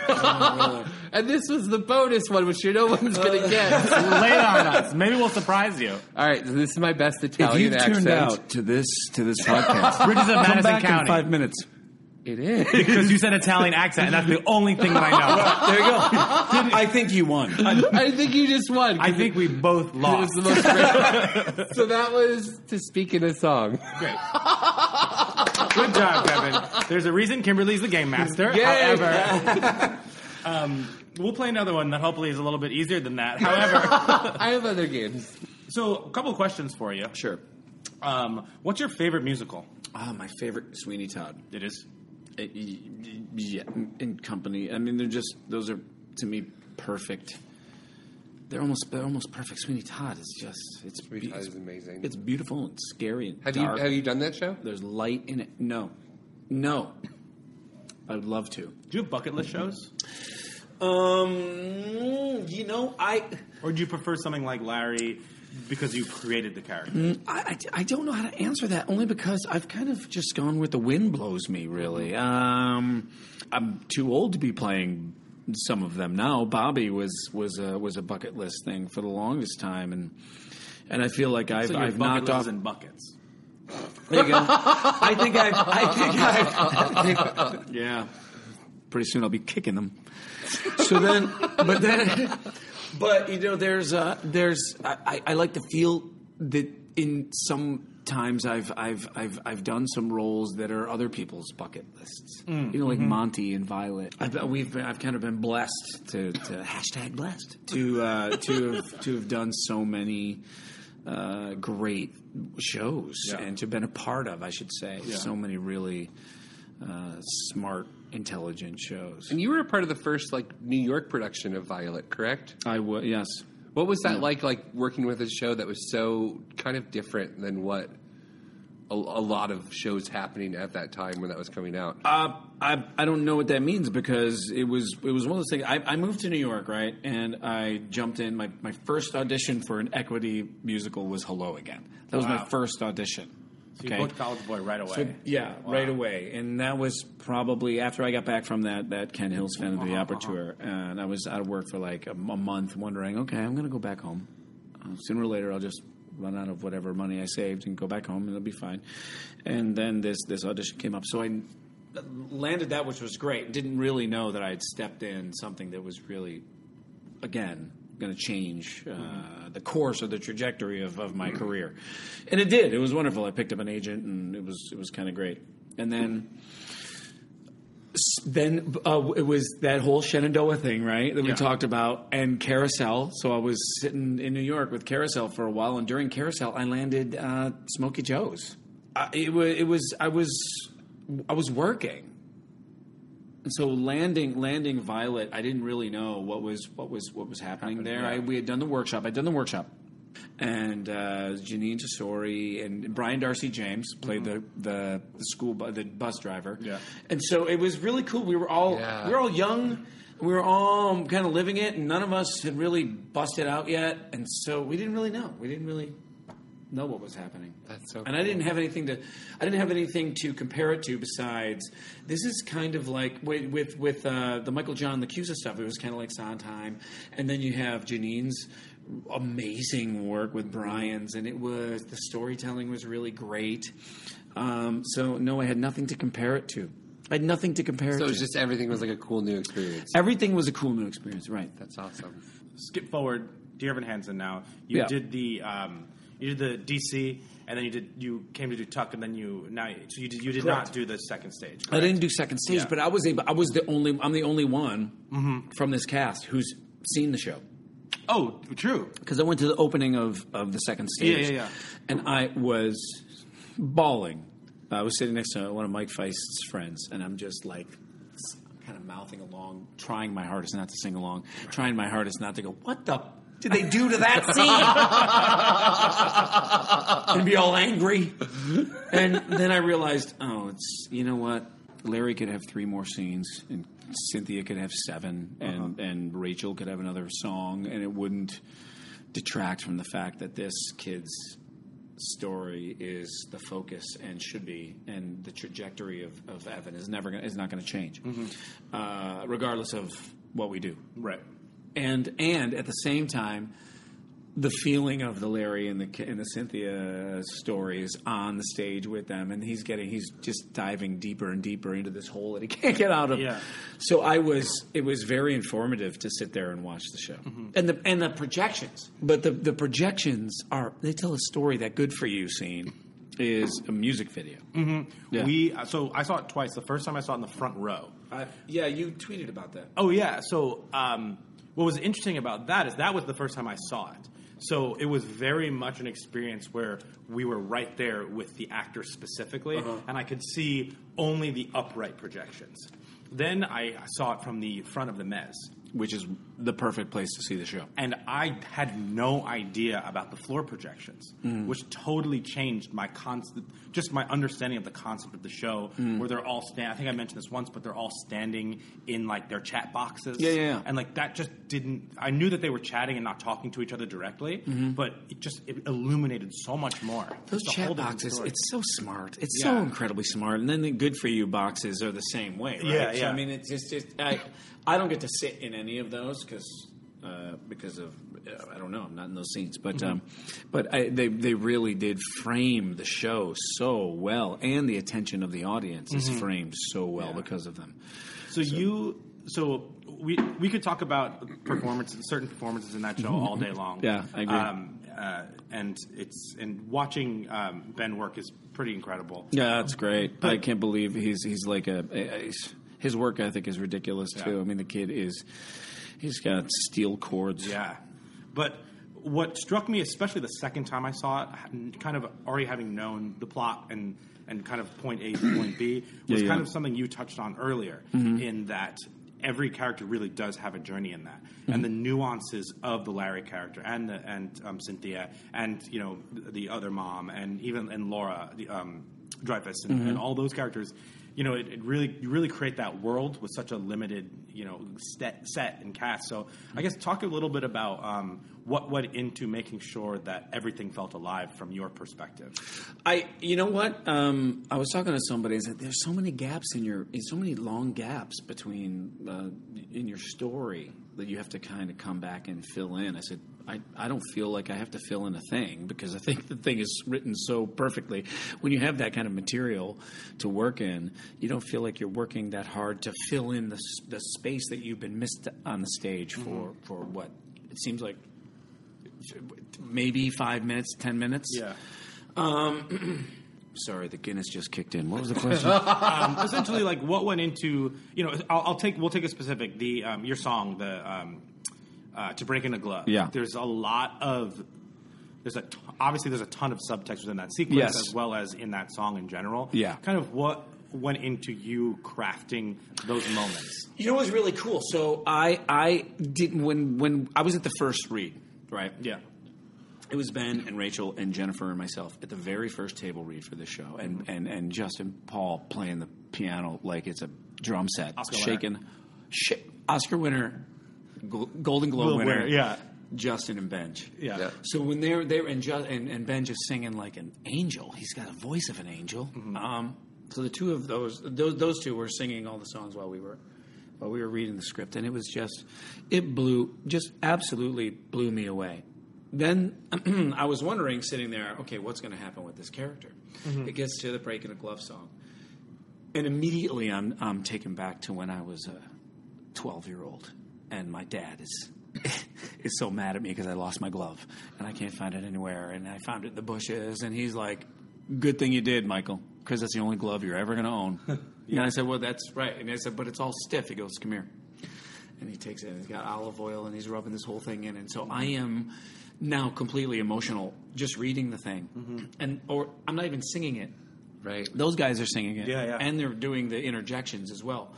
Speaker 5: And this was the bonus one, which no one's going
Speaker 3: Uh,
Speaker 5: to get.
Speaker 3: lay it on us. Maybe we'll surprise you.
Speaker 5: All right, so this is my best
Speaker 7: If you
Speaker 5: Italian
Speaker 7: tuned
Speaker 5: accent.
Speaker 7: out to this to this podcast,
Speaker 3: Bridges of
Speaker 7: come
Speaker 3: Madison
Speaker 7: back in
Speaker 3: County.
Speaker 7: five minutes.
Speaker 5: It is.
Speaker 3: Because you said Italian accent, and that's the only thing that I know.
Speaker 7: There you go. I think you won.
Speaker 5: I think you just won.
Speaker 3: I think we both
Speaker 5: It was
Speaker 3: lost.
Speaker 5: the most- so that was to speak in a song.
Speaker 3: Good job, Kevin. There's a reason Kimberly's the game master.
Speaker 5: Yay.
Speaker 3: However, um, we'll play another one that hopefully is a little bit easier than that. However,
Speaker 5: I have other games.
Speaker 3: so a couple of questions for you.
Speaker 7: Sure.
Speaker 3: Um, what's your favorite musical?
Speaker 7: Ah, my favorite Sweeney Todd.
Speaker 3: It is.
Speaker 7: Uh, y- y- Yeah, in company. I mean, they're just those are to me perfect. They're almost they're almost perfect. Sweeney Todd is just it's be-
Speaker 5: Todd is amazing.
Speaker 7: It's beautiful and scary and
Speaker 5: Have you
Speaker 7: dark.
Speaker 5: have you done that show?
Speaker 7: There's light in it. No, no. I would love to.
Speaker 3: Do you have bucket list shows,
Speaker 7: Um, you know, I
Speaker 3: or do you prefer something like Larry because you created the character?
Speaker 7: I, I, I don't know how to answer that only because I've kind of just gone where the wind blows me, really. Um, I'm too old to be playing some of them now. Bobby was was a, was a bucket list thing for the longest time, and and I feel like I've
Speaker 3: So your
Speaker 7: I've knocked
Speaker 3: bucket list
Speaker 7: off.
Speaker 3: is in buckets.
Speaker 7: There you go. I think I've. I think I've. yeah. Pretty soon I'll be kicking them. So then, but then, but you know, there's uh, there's I, I, I like to feel that in some times I've I've I've I've done some roles that are other people's bucket lists.
Speaker 4: Mm,
Speaker 7: You know, like
Speaker 4: mhm.
Speaker 7: Monty and Violet. I've, uh, we've been, I've kind of been blessed to, to hashtag blessed to uh, to have, to have done so many uh, great shows and to have been a part of, I should say,
Speaker 5: Yeah.
Speaker 7: so many really uh, smart, intelligent shows.
Speaker 5: And you were a part of the first like New York production of Violet, correct?
Speaker 7: I was, yes.
Speaker 5: What was that
Speaker 7: Yeah.
Speaker 5: like? Like working with a show that was so kind of different than what a, a lot of shows happening at that time when that was coming out.
Speaker 7: Uh, I I don't know what that means because it was it was one of those things. I, I moved to New York, right, and I jumped in. My my first audition for an equity musical was Hello Again. That was
Speaker 3: Wow.
Speaker 7: my first audition.
Speaker 3: So you booked College Boy right away.
Speaker 7: So, yeah,
Speaker 3: Wow.
Speaker 7: right away, and that was probably after I got back from that that Ken Hills fan of the
Speaker 3: Uh-huh,
Speaker 7: Opera
Speaker 3: uh-huh.
Speaker 7: tour, and I was out of work for like a, a month, wondering, okay, I'm going to go back home. Uh, sooner or later, I'll just run out of whatever money I saved and go back home, and it'll be fine. And then this this audition came up, so I landed that, which was great. Didn't really know that I had stepped in something that was really, again, going to change uh, the course or the trajectory of, of my career. And it did. It was wonderful. I picked up an agent, and it was it was kind of great. And then. s- Then uh, it was that whole Shenandoah thing, right? That we
Speaker 3: Yeah.
Speaker 7: talked about, and Carousel. So I was sitting in New York with Carousel for a while, and during Carousel, I landed uh, Smokey Joe's. I, it was, it was, I was, I was working, and so landing landing Violet, I didn't really know what was what was what was happening, there. I, we had done the workshop. I'd done the workshop, and uh, Janine Tesori and Brian Darcy James played
Speaker 5: Mm-hmm.
Speaker 7: the, the the school bu- the bus driver. Yeah, and so it was really cool. We were all we were all young. We were all kind of living it, and none of us had really busted out yet, and so we didn't really know. We didn't really know what was happening.
Speaker 5: That's so.
Speaker 7: And I didn't have anything to, I didn't have anything to compare it to besides this is kind of like with with, with uh, the Michael John Lacusa stuff. It was kind of like Sondheim, and then you have Janine's amazing work with Brian's, and it was the storytelling was really great. Um, so no, I had nothing to compare it to. I had nothing to compare it
Speaker 5: So it
Speaker 7: to.
Speaker 5: was just everything was like a cool new experience.
Speaker 7: everything was a cool new experience, right?
Speaker 5: That's awesome.
Speaker 3: Skip forward, Dear Evan Hansen. Now you
Speaker 7: Yeah.
Speaker 3: did the um, you did the DC, and then you did you came to do Tuck, and then you now so you did you did
Speaker 7: Correct.
Speaker 3: not do the second stage.
Speaker 7: I didn't do second stage,
Speaker 3: Yeah.
Speaker 7: but I was able, I was the only I'm the only one
Speaker 5: Mm-hmm.
Speaker 7: from this cast who's seen the show.
Speaker 3: Oh, true.
Speaker 7: Because I went to the opening of of the second stage.
Speaker 3: Yeah, yeah, yeah.
Speaker 7: And I was bawling. I was sitting next to one of Mike Feist's friends, and I'm just like kind of mouthing along, trying my hardest not to sing along, trying my hardest not to go. What the did they do to that scene? and be all angry. And then I realized, oh, it's you know what? Larry could have three more scenes, and Cynthia could have seven, and and Rachel could have another song, and it wouldn't detract from the fact that this kid's story is the focus and should be, and the trajectory of, of Evan is never gonna, is not going to change, uh, regardless of what we do.
Speaker 3: Right.
Speaker 7: And and at the same time, the feeling of the Larry and the Ki- and the Cynthia stories on the stage with them, and he's getting he's just diving deeper and deeper into this hole that he can't get out of.
Speaker 3: Yeah.
Speaker 7: So I was it was very informative to sit there and watch the show and the and the projections. But the the projections are they tell a story that good for you scene is a music video.
Speaker 3: hmm
Speaker 7: Yeah.
Speaker 3: We uh, so I saw it twice. The first time I saw it in the front row.
Speaker 7: yeah, you tweeted about that.
Speaker 3: Oh yeah. So um, what was interesting about that is that was the first time I saw it. So it was very much an experience where we were right there with the actor specifically,
Speaker 7: Uh-huh.
Speaker 3: and I could see only the upright projections. Then I saw it from the front of the mez,
Speaker 7: which is the perfect place to see the show.
Speaker 3: And I had no idea about the floor projections,
Speaker 7: Mm.
Speaker 3: which totally changed my concept, just my understanding of the concept of the show.
Speaker 7: Mm.
Speaker 3: Where they're all standing. I think I mentioned this once, but they're all standing in like their chat boxes.
Speaker 7: Yeah, yeah, yeah.
Speaker 3: And like that just didn't. I knew that they were chatting and not talking to each other directly,
Speaker 7: Mhm.
Speaker 3: but it just it illuminated so much more.
Speaker 7: Those
Speaker 3: It's a whole
Speaker 7: chat
Speaker 3: different
Speaker 7: boxes,
Speaker 3: story.
Speaker 7: it's so smart. It's so
Speaker 3: Yeah.
Speaker 7: incredibly smart. And then the good for you boxes are the same way, right?
Speaker 3: Yeah,
Speaker 7: So,
Speaker 3: yeah.
Speaker 7: I mean, it's just, just I, I don't get to sit in any of those because uh, because of uh, I don't know, I'm not in those scenes, but
Speaker 3: Mhm.
Speaker 7: um, but I, they they really did frame the show so well, and the attention of the audience is
Speaker 3: Mhm.
Speaker 7: framed so well because of them.
Speaker 3: So, you, so we we could talk about performances, certain performances in that show all day long.
Speaker 7: Mm-hmm. Yeah, I agree.
Speaker 3: Um, uh, and it's and watching um, Ben work is pretty incredible.
Speaker 7: Yeah, that's great. I can't believe he's he's like a, a- his work ethic is ridiculous too. I mean, the kid is he's got steel cords.
Speaker 3: Yeah, but what struck me, especially the second time I saw it, ha- kind of already having known the plot and and kind of point A to point B,
Speaker 7: Yeah,
Speaker 3: was
Speaker 7: yeah.
Speaker 3: kind of something you touched on earlier
Speaker 7: Mhm.
Speaker 3: in that every character really does have a journey in that, and
Speaker 7: Mhm.
Speaker 3: the nuances of the Larry character and the, and um, Cynthia and you know the other mom and even and Laura the, um, Dreyfus and, and
Speaker 7: Mhm.
Speaker 3: all those characters. You know, it, it really you really create that world with such a limited you know set, set and cast. So I guess talk a little bit about um, what went into making sure that everything felt alive from your perspective.
Speaker 7: I, you know what? Um, I was talking to somebody and said, "There's so many gaps in your, in so many long gaps between uh, in your story that you have to kind of come back and fill in." I said, I, "I don't feel like I have to fill in a thing because I think the thing is written so perfectly. When you have that kind of material to work in, you don't feel like you're working that hard to fill in the s- the space that you've been missed on the stage for
Speaker 3: Mhm.
Speaker 7: for what it seems like." Maybe five minutes, ten minutes.
Speaker 3: Yeah.
Speaker 7: Um, sorry, the Guinness just kicked in. What was the question?
Speaker 3: um, essentially, like what went into you know, I'll, I'll take we'll take a specific the um, your song the um, uh, to break in a glove.
Speaker 7: Yeah.
Speaker 3: there's a lot of there's a t- obviously there's a ton of subtext within that sequence
Speaker 7: Yes.
Speaker 3: as well as in that song in general.
Speaker 7: Yeah.
Speaker 3: kind of what went into you crafting those moments.
Speaker 7: you know what's really cool? So I I didn't when when I was at the first read, right?
Speaker 3: Yeah.
Speaker 7: It was Ben and Rachel and Jennifer and myself at the very first table read for this show, and and and Justin Paul playing the piano like it's a drum set,
Speaker 3: Oscar winner.
Speaker 7: shaking, shit, Oscar winner, Gol- Golden Globe
Speaker 3: Globe
Speaker 7: winner,
Speaker 3: winner, yeah.
Speaker 7: Justin and Benj,
Speaker 3: Yeah.
Speaker 7: So when they're there and, Ju- and and Ben just singing like an angel, he's got a voice of an angel. Um, so the two of those, those those two were singing all the songs while we were while we were reading the script, and it was just it blew just absolutely blew me away. Then I was wondering, sitting there, okay, what's going to happen with this character? It gets to the break in a glove song, and immediately I'm I'm taken back to when I was a twelve year old, and my dad is is so mad at me because I lost my glove and I can't find it anywhere, and I found it in the bushes, and he's like, "Good thing you did, Michael, because that's the only glove you're ever going to own." And I said, "Well, that's right," and I said, "But it's all stiff." He goes, "Come here." And he takes it and he's got olive oil and he's rubbing this whole thing in. And so I am now completely emotional just reading the thing. And or I'm not even singing it.
Speaker 5: Mm-hmm. Right.
Speaker 7: Those guys are singing it.
Speaker 5: Yeah, yeah.
Speaker 7: And they're doing the interjections as well.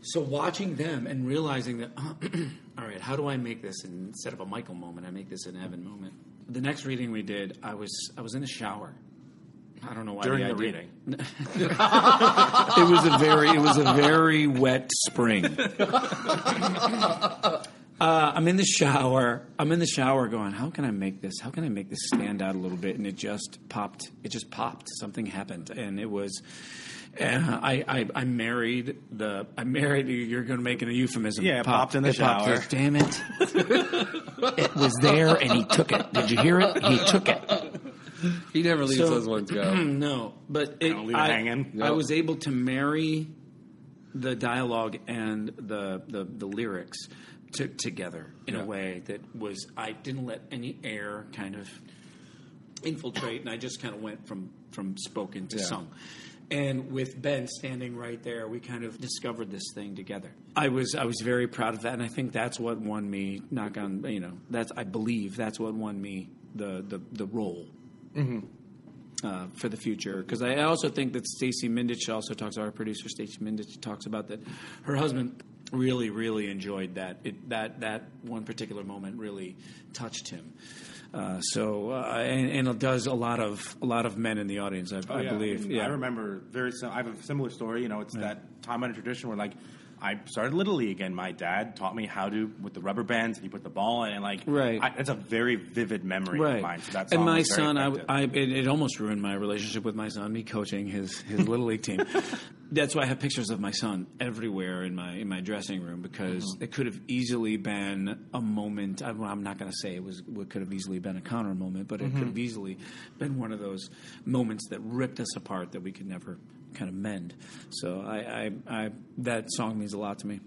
Speaker 7: So watching them and realizing that all right, how do I make this instead of a Michael moment, I make this an Evan moment. The next reading we did, I was I was in the shower. I don't know why
Speaker 3: During the
Speaker 7: idea-
Speaker 3: reading.
Speaker 7: it was a very it was a very wet spring. Uh, I'm in the shower. I'm in the shower going, how can I make this? How can I make this stand out a little bit? And it just popped. It just popped. Something happened, and it was. Uh, I, I I married the I married you're going to make it a euphemism.
Speaker 3: Yeah, it popped in the
Speaker 7: It popped.
Speaker 3: shower.
Speaker 7: Damn it! it was there, and he took it. Did you hear it? He took it.
Speaker 5: He never leaves
Speaker 7: So-
Speaker 5: those ones go.
Speaker 7: no, but it,
Speaker 5: Kinda leave it
Speaker 7: I,
Speaker 5: hanging.
Speaker 7: I was able to marry the dialogue and the the, the lyrics to, together in
Speaker 3: Yeah.
Speaker 7: a way that was I didn't let any air kind of infiltrate, and I just kind of went from from spoken to
Speaker 3: Yeah.
Speaker 7: sung. And with Ben standing right there, we kind of discovered this thing together. I was I was very proud of that, and I think that's what won me. Knock on, you know, that's I believe that's what won me the the the role uh, for the future. Because I also think that Stacey Mindich also talks. Our producer Stacey Mindich talks about that. Her husband really, really enjoyed that. It, that that one particular moment really touched him. Uh, so uh, and, and it does a lot of a lot of men in the audience. I,
Speaker 3: Oh,
Speaker 7: I
Speaker 3: yeah.
Speaker 7: believe. Yeah.
Speaker 3: I remember very. Sim- I have a similar story. You know, it's that time honored tradition where like I started little league and my dad taught me how to with the rubber bands and he put the ball in and like
Speaker 7: Right.
Speaker 3: I, that's a very vivid memory of mine. So that's
Speaker 7: and my son, I, I it, it almost ruined my relationship with my son. Me coaching his his little league team. That's why I have pictures of my son everywhere in my in my dressing room because it could have easily been a moment. I, well, I'm not going to say it was. It could have easily been a Connor moment, but it
Speaker 3: Mhm.
Speaker 7: could have easily been one of those moments that ripped us apart that we could never kind of mend. So I, I, I that song means a lot to me.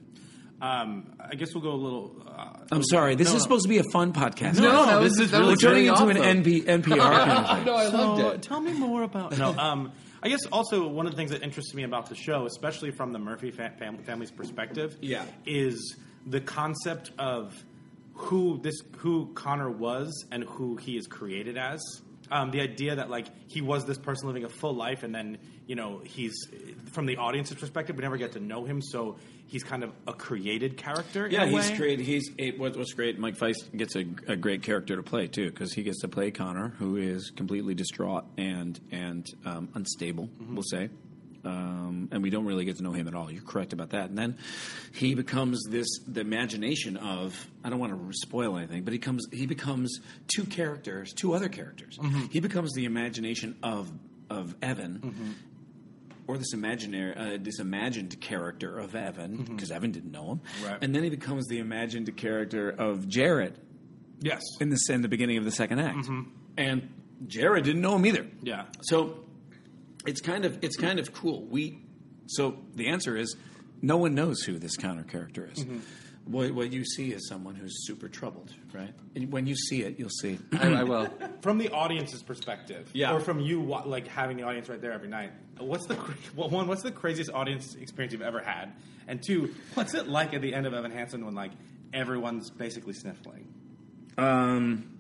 Speaker 3: Um, I guess we'll go a little. Uh,
Speaker 7: I'm sorry. This
Speaker 3: No,
Speaker 7: is
Speaker 3: no.
Speaker 7: supposed to be a fun podcast.
Speaker 3: No, no,
Speaker 7: this
Speaker 3: that was-
Speaker 7: is
Speaker 3: that
Speaker 7: really
Speaker 3: was
Speaker 7: turning
Speaker 3: really
Speaker 7: into an
Speaker 3: awesome.
Speaker 7: NP, NPR kind of thing.
Speaker 3: So, Tell me more about no. Um, I guess also one of the things that interests me about the show, especially from the Murphy fa- fam- family's perspective,
Speaker 7: Yeah.
Speaker 3: is the concept of who this who Connor was and who he is created as. Um, the idea that like he was this person living a full life, and then you know he's from the audience's perspective, we never get to know him, so he's kind of a created character. in
Speaker 7: Yeah,
Speaker 3: a
Speaker 7: he's
Speaker 3: way.
Speaker 7: great. He's it, what, what's great. Mike Feist gets a, a great character to play too, because he gets to play Connor, who is completely distraught and and um, unstable. We'll say. Um, and we don't really get to know him at all. You're correct about that. And then he becomes this the imagination of I don't want to spoil anything, but he comes he becomes two characters, two other characters.
Speaker 4: Mhm.
Speaker 7: He becomes the imagination of of Evan, or this imaginary, uh, this imagined character of Evan, because Evan didn't know him,
Speaker 4: Right.
Speaker 7: and then he becomes the imagined character of Jared.
Speaker 3: Yes,
Speaker 7: in the in the beginning of the second act, and Jared didn't know him either.
Speaker 3: Yeah,
Speaker 7: so it's kind of it's kind of cool. We so the answer is no one knows who this Connor character is.
Speaker 4: Mhm.
Speaker 7: What, what you see is someone who's super troubled, right? And when you see it, you'll see.
Speaker 3: From the audience's perspective,
Speaker 7: Yeah.
Speaker 3: or from you, wa- like having the audience right there every night. What's the cra- well, one? What's the craziest audience experience you've ever had? And two, what's it like at the end of Evan Hansen when like everyone's basically sniffling?
Speaker 7: Um,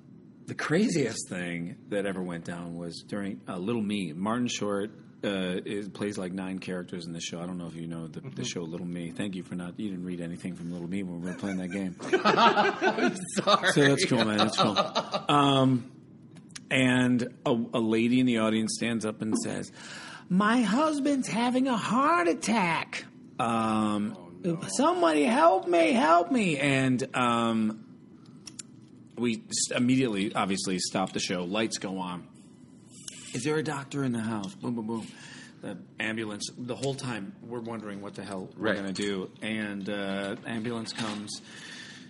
Speaker 7: the craziest thing that ever went down was during uh, Little Me. Martin Short uh, is, plays like nine characters in the show. I don't know if you know the, the show Little Me. Thank you for not. You didn't read anything from Little Me when we were playing that game.
Speaker 4: Sorry.
Speaker 7: So that's cool, man. That's cool. Um, and a, a lady in the audience stands up and says, My husband's having a heart attack. um, Somebody help me, help me. And um, we s- immediately, obviously, stop the show. Lights go on. Is there a doctor in the house? Boom, boom, boom. The ambulance. The whole time we're wondering what the hell we're
Speaker 4: Right.
Speaker 7: going to do, and uh, ambulance comes.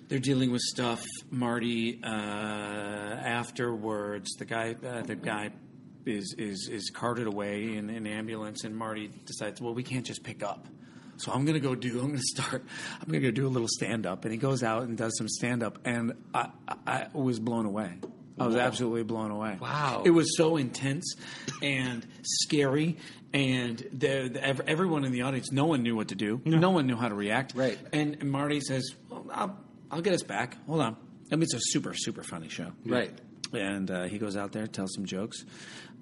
Speaker 7: They're dealing with stuff. Marty. Uh, afterwards, the guy, uh, the guy, is is is carted away in an ambulance, and Marty decides, well, we can't just pick up. So I'm gonna go do. I'm gonna start. I'm gonna go do a little stand up, and he goes out and does some stand up, and I, I, I was blown away. I was
Speaker 4: Wow.
Speaker 7: absolutely blown away.
Speaker 4: Wow.
Speaker 7: It was so intense and scary, and the, the, ev- everyone in the audience, no one knew what to do. No one knew how to react. Right. And Marty says, well, I'll, "I'll get us back. Hold on." I mean, it's a super super funny show.
Speaker 5: Right.
Speaker 7: And uh, he goes out there, tells some jokes,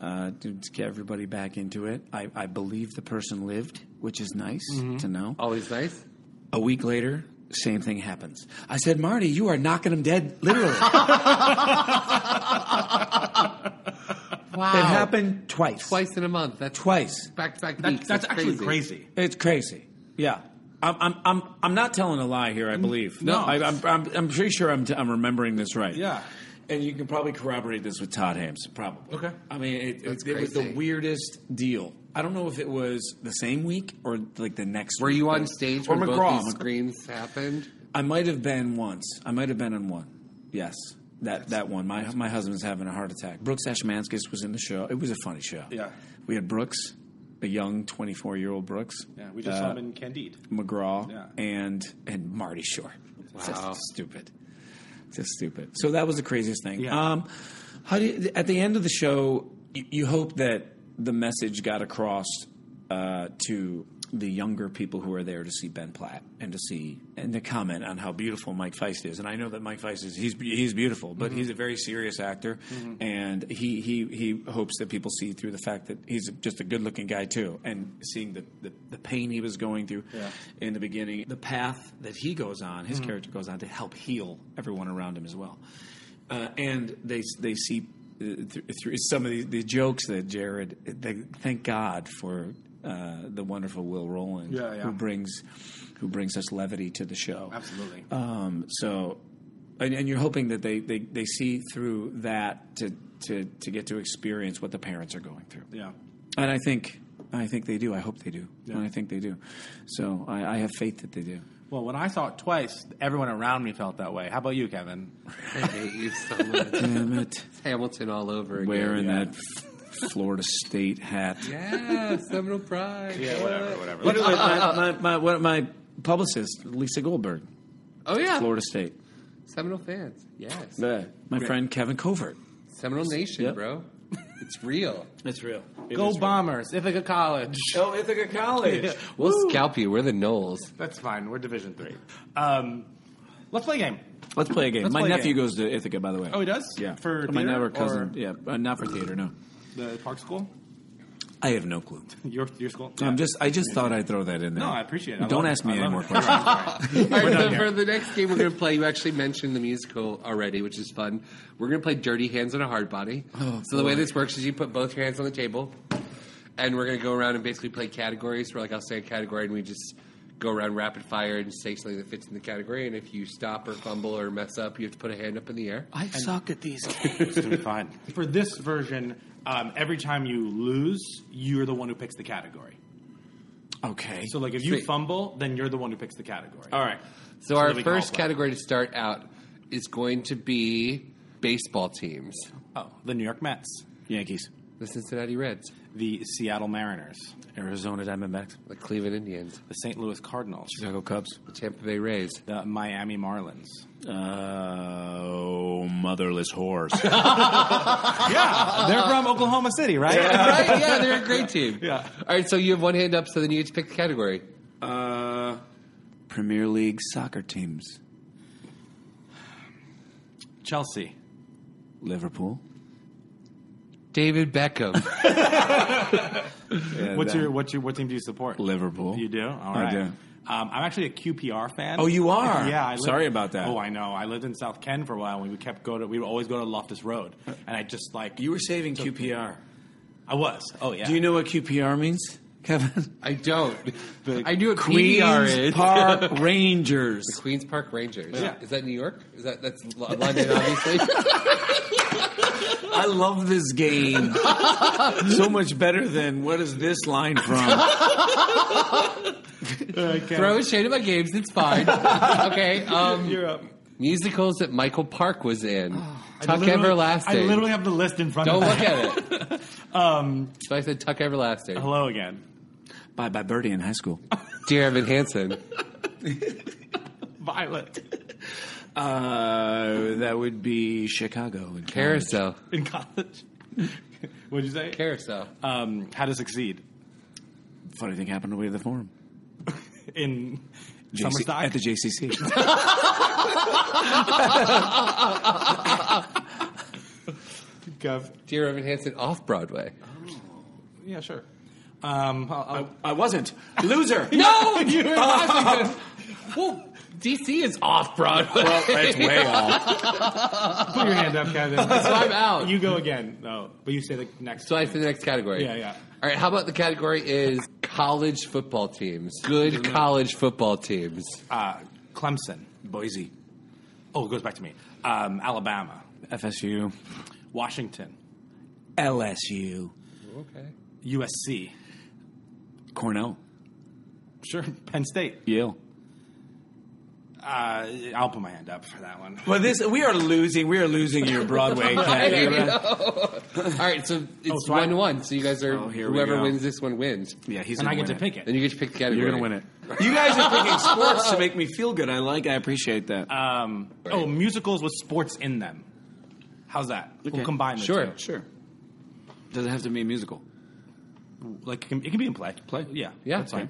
Speaker 7: uh, to, to get everybody back into it. I, I believe the person lived, which is nice
Speaker 5: Mhm.
Speaker 7: to know.
Speaker 5: Always nice.
Speaker 7: A week later, same thing happens. I said, Marty, you are knocking him dead, literally. It happened twice.
Speaker 5: Twice in a month. That's
Speaker 7: twice.
Speaker 5: Back to back
Speaker 7: That-
Speaker 5: weeks.
Speaker 7: that's actually crazy. It's crazy. Yeah. I'm, I'm, I'm, I'm not telling a lie here, I believe.
Speaker 5: No.
Speaker 7: I, I'm, I'm, I'm pretty sure I'm, t- I'm remembering this right.
Speaker 5: Yeah.
Speaker 7: And you can probably corroborate this with Todd Hames, probably. Okay. I mean, it,
Speaker 5: That's
Speaker 7: it, it was the
Speaker 5: crazy.
Speaker 7: weirdest deal. I don't know if it was the same week or like the next
Speaker 5: Were
Speaker 7: week.
Speaker 5: you on
Speaker 7: but-
Speaker 5: stage
Speaker 7: or
Speaker 5: when
Speaker 7: McGraw.
Speaker 5: both these screens happened?
Speaker 7: I might have been once. I might have been on one. Yes, that that one. My my husband's having a heart attack. Brooks Ashmanskis was in the show. It was a funny show.
Speaker 3: Yeah.
Speaker 7: we had Brooks, a young twenty four year old Brooks.
Speaker 3: Yeah, we just
Speaker 7: uh,
Speaker 3: saw him in Candide.
Speaker 7: McGraw
Speaker 3: Yeah.
Speaker 7: and and Marty Shore. It's
Speaker 3: Wow.
Speaker 7: Just stupid. Just stupid. So that was the craziest thing.
Speaker 4: Yeah.
Speaker 7: Um, how do you, at the end of the show, you, you hope that the message got across uh, to the younger people who are there to see Ben Platt and to see and to comment on how beautiful Mike Feist is. And I know that Mike Feist is he's he's beautiful, but
Speaker 4: Mhm.
Speaker 7: he's a very serious actor,
Speaker 4: Mhm.
Speaker 7: and he he he hopes that people see through the fact that he's just a good looking guy too, and seeing the, the the pain he was going through
Speaker 4: Yeah.
Speaker 7: in the beginning, the path that he goes on, his
Speaker 4: Mhm.
Speaker 7: character goes on to help heal everyone around him as well. Uh, and they they see uh, th- through some of the, the jokes that Jared. They, thank God for uh, the wonderful Will Rowland,
Speaker 4: Yeah, yeah.
Speaker 7: who brings who brings such levity to the show.
Speaker 3: Absolutely.
Speaker 7: Um, so, and, and you're hoping that they, they, they see through that to, to to get to experience what the parents are going through.
Speaker 3: Yeah.
Speaker 7: And I think I think they do. I hope they do.
Speaker 3: Yeah.
Speaker 7: And I think they do. So I, I have faith that they do.
Speaker 3: Well, when I saw it twice, everyone around me felt that way. How about you, Kevin?
Speaker 5: I hate you so much.
Speaker 7: Damn it.
Speaker 5: It's Hamilton all over again.
Speaker 7: Wearing that f- Florida State hat.
Speaker 5: Yeah, Seminole Pride.
Speaker 7: Look, my, my, my, what- my publicist, Lisa Goldberg.
Speaker 5: Oh, yeah.
Speaker 7: Florida State.
Speaker 5: Seminole fans. Yes.
Speaker 7: Yeah. My friend Kevin Covert.
Speaker 5: Seminole Nation, bro. It's real.
Speaker 7: It's real.
Speaker 3: Go Bombers, Ithaca College.
Speaker 7: Oh, Ithaca College.
Speaker 5: We'll scalp you. We're the Knowles.
Speaker 3: That's fine. We're Division Three. Um, let's play a game.
Speaker 7: Let's play a game.
Speaker 3: Let's
Speaker 7: my
Speaker 3: play a
Speaker 7: nephew
Speaker 3: game.
Speaker 7: goes to Ithaca, by the way.
Speaker 3: Oh, he does?
Speaker 7: Yeah.
Speaker 3: For
Speaker 7: my
Speaker 3: theater
Speaker 7: nether cousin.
Speaker 3: or-
Speaker 7: Yeah, uh, not for theater. No,
Speaker 3: The Park School.
Speaker 7: I have no clue.
Speaker 3: Your your school.
Speaker 7: I'm just. I just thought I'd throw that in there.
Speaker 3: No, I appreciate it. I
Speaker 7: Don't
Speaker 3: love
Speaker 7: ask
Speaker 3: it.
Speaker 7: me
Speaker 3: I
Speaker 7: any
Speaker 3: love
Speaker 7: more
Speaker 3: it.
Speaker 7: questions.
Speaker 5: All right, so for the next game we're going to play, you actually mentioned the musical already, which is fun. We're going to play Dirty Hands on a Hard Body.
Speaker 7: Oh,
Speaker 5: so the way
Speaker 7: boy.
Speaker 5: this works is you put both your hands on the table, and we're going to go around and basically play categories. Where like I'll say a category, and we just go around rapid fire and say something that fits in the category. And if you stop or fumble or mess up, you have to put a hand up in the air.
Speaker 7: I suck at these
Speaker 3: It's gonna be fine. For this version, um, every time you lose, you're the one who picks the category.
Speaker 7: Okay.
Speaker 3: So like if you
Speaker 5: Sweet.
Speaker 3: fumble, then you're the one who picks the category.
Speaker 7: All right.
Speaker 5: So our first category to start out is going to be baseball teams.
Speaker 3: Oh, the New York Mets,
Speaker 7: Yankees,
Speaker 5: the Cincinnati Reds,
Speaker 3: the Seattle Mariners,
Speaker 7: Arizona Diamondbacks,
Speaker 5: the Cleveland Indians,
Speaker 3: the St. Louis Cardinals,
Speaker 7: Chicago Cubs,
Speaker 5: the Tampa Bay Rays,
Speaker 3: the Miami Marlins.
Speaker 7: Oh, motherless horse.
Speaker 3: yeah, they're from Oklahoma City, right?
Speaker 5: right? Yeah, they're a great team. Yeah. All right, so you have one hand up, so then you each pick the category.
Speaker 7: uh, Premier League soccer teams.
Speaker 3: Chelsea.
Speaker 7: Liverpool.
Speaker 5: David Beckham.
Speaker 3: what's your what's your what team do you support?
Speaker 7: Liverpool?
Speaker 3: You do? All
Speaker 7: I
Speaker 3: right.
Speaker 7: do.
Speaker 3: Um, I'm actually a QPR fan.
Speaker 7: Oh, you are?
Speaker 3: yeah. I lived-
Speaker 7: Sorry about that.
Speaker 3: Oh, I know. I lived in South Ken for a while, and we would kept go to we would always go to Loftus Road, and I just like
Speaker 7: You were saving QPR.
Speaker 3: I was. Oh yeah.
Speaker 7: Do you know what QPR means, Kevin?
Speaker 5: I don't. I knew what
Speaker 7: Queens
Speaker 5: PBR is.
Speaker 7: Park Rangers.
Speaker 5: The Queens Park Rangers.
Speaker 3: Yeah.
Speaker 5: Is that New York? Is that that's Lo- London, obviously.
Speaker 7: I love this game so much better than what is this line from?
Speaker 5: Throw shade at my games. It's fine. okay. Um,
Speaker 3: You're up.
Speaker 5: musicals that Michael Park was in.
Speaker 3: I
Speaker 5: Tuck
Speaker 3: literally-
Speaker 5: Everlasting.
Speaker 3: I literally have the list in front
Speaker 5: don't
Speaker 3: of me.
Speaker 5: look at it.
Speaker 3: Um,
Speaker 5: So I said Tuck Everlasting.
Speaker 3: hello again.
Speaker 7: Bye bye Birdie in high school.
Speaker 5: Dear Evan Hansen.
Speaker 3: Violet
Speaker 7: Uh, that would be Chicago and
Speaker 5: Carousel.
Speaker 3: in college. What'd you say?
Speaker 5: Carousel.
Speaker 3: um, how to succeed
Speaker 7: Funny thing happened away to the forum.
Speaker 3: in
Speaker 7: JC
Speaker 3: summer stock.
Speaker 7: at the JCC.
Speaker 3: Gov.
Speaker 5: Dear Evan Hansen off Broadway.
Speaker 3: Yeah, sure. Um, I'll- I'll-
Speaker 7: I wasn't loser.
Speaker 5: No, you were not because- Well, DC is off Broadway.
Speaker 7: That's way off.
Speaker 3: Put your hand up, Kevin.
Speaker 5: so I'm out.
Speaker 3: You go again. No, but you say the next.
Speaker 5: so I said the next category.
Speaker 3: Yeah, yeah.
Speaker 5: All right. How about the category is college football teams? Good
Speaker 7: Mm-hmm.
Speaker 5: college football teams.
Speaker 3: uh, Clemson.
Speaker 7: Boise,
Speaker 3: Oh, it goes back to me. Um, Alabama,
Speaker 7: FSU,
Speaker 3: Washington,
Speaker 7: LSU,
Speaker 5: Okay.
Speaker 3: USC.
Speaker 7: Cornell,
Speaker 3: Sure, Penn State.
Speaker 7: Yale.
Speaker 3: Uh, I'll put my hand up for that one.
Speaker 7: Well, this we are losing. We are losing your Broadway category.
Speaker 5: All right. So it's
Speaker 3: so I-
Speaker 5: one one. So you guys are
Speaker 7: Oh, here we
Speaker 5: whoever
Speaker 7: go.
Speaker 5: wins this one wins.
Speaker 7: Yeah, he's
Speaker 3: and I
Speaker 7: gonna
Speaker 3: get to
Speaker 7: win
Speaker 3: pick it.
Speaker 5: Then you get to pick the category.
Speaker 7: You're gonna win it. You guys are picking sports to make me feel good. I like. I appreciate that.
Speaker 3: Um, Oh, musicals with sports in them. How's that?
Speaker 7: Okay.
Speaker 3: We'll combine the
Speaker 5: Sure.
Speaker 3: two.
Speaker 7: sure. Does it have to be a musical?
Speaker 3: Like it can, it can be in play. Play. Yeah.
Speaker 5: Yeah.
Speaker 3: That's fine.